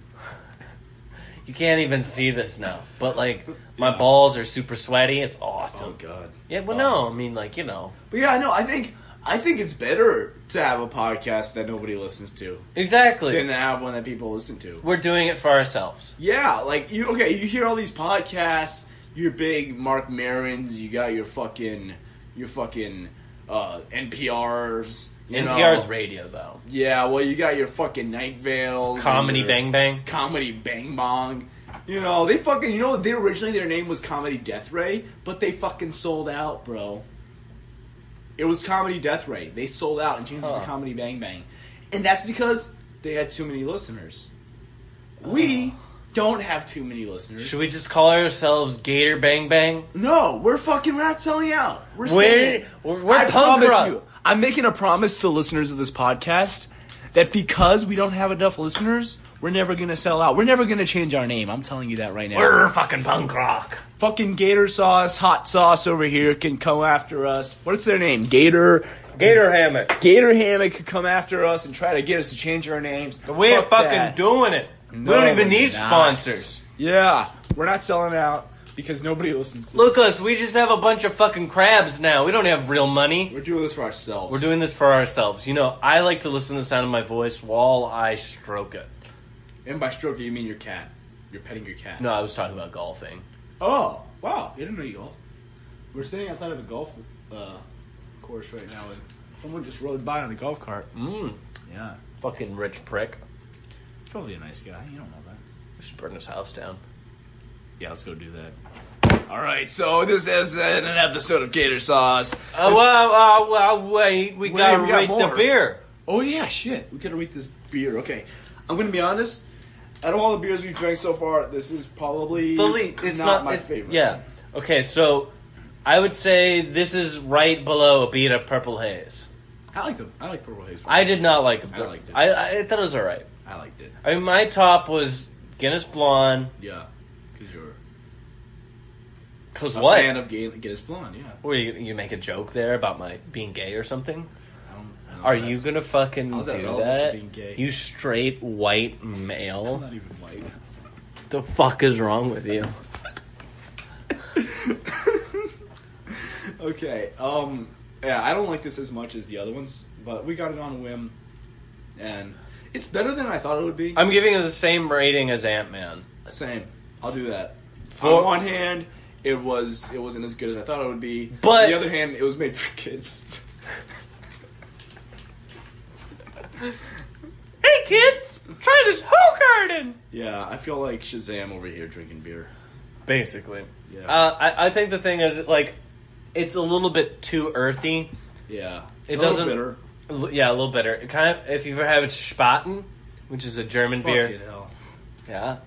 Speaker 1: You can't even see this now. But like my
Speaker 2: Yeah.
Speaker 1: balls are super sweaty. It's awesome.
Speaker 2: Oh, God.
Speaker 1: Yeah, well
Speaker 2: Oh.
Speaker 1: no, I mean like, you know.
Speaker 2: But yeah, no, I think I think it's better to have a podcast that nobody listens to than
Speaker 1: Exactly.
Speaker 2: to have one that people listen to.
Speaker 1: We're doing it for ourselves.
Speaker 2: Yeah, like you okay, you hear all these podcasts, your big Mark Marins, you got your fucking your fucking uh NPRs. You know?
Speaker 1: NPR's radio though.
Speaker 2: Yeah, well you got your fucking night veils. and
Speaker 1: Comedy
Speaker 2: your
Speaker 1: Bang Bang.
Speaker 2: Comedy Bang Bong. You know, they fucking you know they originally their name was Comedy Death Ray, but they fucking sold out, bro. It was Comedy Death Ray. They sold out and changed it
Speaker 1: Huh.
Speaker 2: to Comedy Bang Bang. And that's because they had too many listeners. We don't have too many listeners.
Speaker 1: Should we just call ourselves Gator Bang Bang?
Speaker 2: No, we're fucking we're not selling out. We're
Speaker 1: We're,
Speaker 2: staying.
Speaker 1: we're, we're
Speaker 2: I
Speaker 1: punk
Speaker 2: promise
Speaker 1: rock.
Speaker 2: you. I'm making a promise to the listeners of this podcast that because we don't have enough listeners, we're never gonna sell out. We're never gonna change our name. I'm telling you that right now.
Speaker 1: We're fucking punk rock.
Speaker 2: fucking Gator Sauce, Hot Sauce over here can come after us. What's their name? Gator.
Speaker 1: Gator hammock.
Speaker 2: Gator Hammock could come after us and try to get us to change our names.
Speaker 1: We're
Speaker 2: Fuck
Speaker 1: fucking
Speaker 2: that.
Speaker 1: doing it.
Speaker 2: No,
Speaker 1: we don't even
Speaker 2: we're
Speaker 1: need
Speaker 2: not.
Speaker 1: sponsors.
Speaker 2: Yeah, we're not selling out because nobody listens. to
Speaker 1: Look us, we just have a bunch of fucking crabs now. We don't have real money.
Speaker 2: We're doing this for ourselves.
Speaker 1: We're doing this for ourselves. You know, I like to listen to the sound of my voice while I stroke it.
Speaker 2: And by stroke, you mean your cat. You're petting your cat.
Speaker 1: No, I was talking about golfing.
Speaker 2: Oh, wow. You didn't know you golf. We're sitting outside of a golf uh, course right now, and someone just rode by on a golf cart.
Speaker 1: Mmm.
Speaker 2: Yeah.
Speaker 1: Fucking rich prick.
Speaker 2: Probably a nice guy. You don't know that.
Speaker 1: We should burn his house down.
Speaker 2: Yeah, let's go do that. All right, so this is uh, an episode of Gator Sauce.
Speaker 1: Oh, well, uh, well, wait. We
Speaker 2: Wait,
Speaker 1: gotta
Speaker 2: we got
Speaker 1: rate the
Speaker 2: more.
Speaker 1: beer.
Speaker 2: Oh, yeah, shit. We gotta rate this beer. Okay. I'm gonna be honest. Out of all the beers we've drank so far, this is probably
Speaker 1: Believe it's
Speaker 2: not,
Speaker 1: not,
Speaker 2: my
Speaker 1: it-
Speaker 2: favorite.
Speaker 1: Yeah. Okay, so I would say this is right below a beat of Purple Haze.
Speaker 2: I like them. I like Purple Haze.
Speaker 1: I did not like it.
Speaker 2: I liked it.
Speaker 1: I, I, I thought it was all right.
Speaker 2: I liked it.
Speaker 1: I mean, my top was Guinness Blonde.
Speaker 2: Yeah, because you're
Speaker 1: Cause
Speaker 2: a
Speaker 1: what?
Speaker 2: fan of Gay- Guinness Blonde. Yeah.
Speaker 1: Were you, you make a joke there about my being gay or something?
Speaker 2: I don't, I don't
Speaker 1: Are
Speaker 2: know,
Speaker 1: you
Speaker 2: that's-
Speaker 1: gonna fucking
Speaker 2: How's that
Speaker 1: do
Speaker 2: relevant to
Speaker 1: that?
Speaker 2: being gay?
Speaker 1: You straight white
Speaker 2: I'm
Speaker 1: male.
Speaker 2: not even white.
Speaker 1: The fuck is wrong with you?
Speaker 2: Okay. Um. Yeah, I don't like this as much as the other ones, but we got it on a whim, and it's better than I thought it would be.
Speaker 1: I'm giving it the same rating as Ant Man.
Speaker 2: Same. I'll do that.
Speaker 1: For-
Speaker 2: on one hand, it was it wasn't as good as I thought it would be.
Speaker 1: But-
Speaker 2: on the other hand, it was made for kids.
Speaker 1: Hey kids, try this whole garden.
Speaker 2: yeah, I feel like Shazam over here drinking beer.
Speaker 1: Basically.
Speaker 2: Yeah.
Speaker 1: Uh, I, I think the thing is, like, it's a little bit too earthy.
Speaker 2: Yeah.
Speaker 1: It
Speaker 2: A little
Speaker 1: doesn't-
Speaker 2: bitter.
Speaker 1: L- Yeah, a little bitter. It kind of if you've ever had Spaten, which is a German beer.
Speaker 2: Fucking hell.
Speaker 1: Yeah.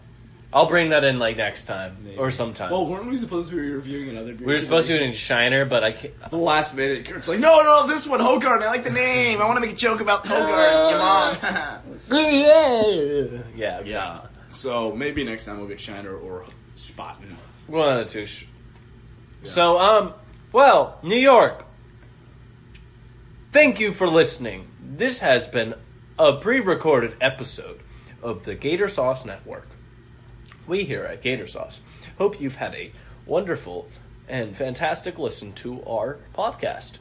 Speaker 1: I'll bring that in like next time or sometime.
Speaker 2: Well, weren't we supposed to be reviewing another beer?
Speaker 1: we were supposed to do it in Shiner, but I can't.
Speaker 2: The last minute, Kurt's like,
Speaker 3: No, no, this one, Hogarth. I like the name. I want to make a joke about Hogarth. Your mom.
Speaker 1: Yeah,
Speaker 2: Yeah. So maybe next time we'll get Shiner or Spaten.
Speaker 1: One of the two. Sh- So, um, well, New York. Thank you for listening. This has been a pre-recorded episode of the Gator Sauce Network. We here at Gator Sauce hope you've had a wonderful and fantastic listen to our podcast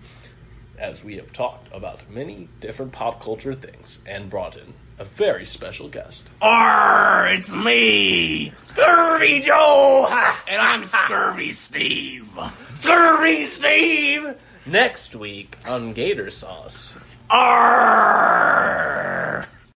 Speaker 1: as we have talked about many different pop culture things and brought in a very special guest.
Speaker 3: Arr, it's me, Scurvy Joe, and I'm Scurvy Steve. Scurvy Steve.
Speaker 1: Next week on Gator Sauce.
Speaker 3: Arr.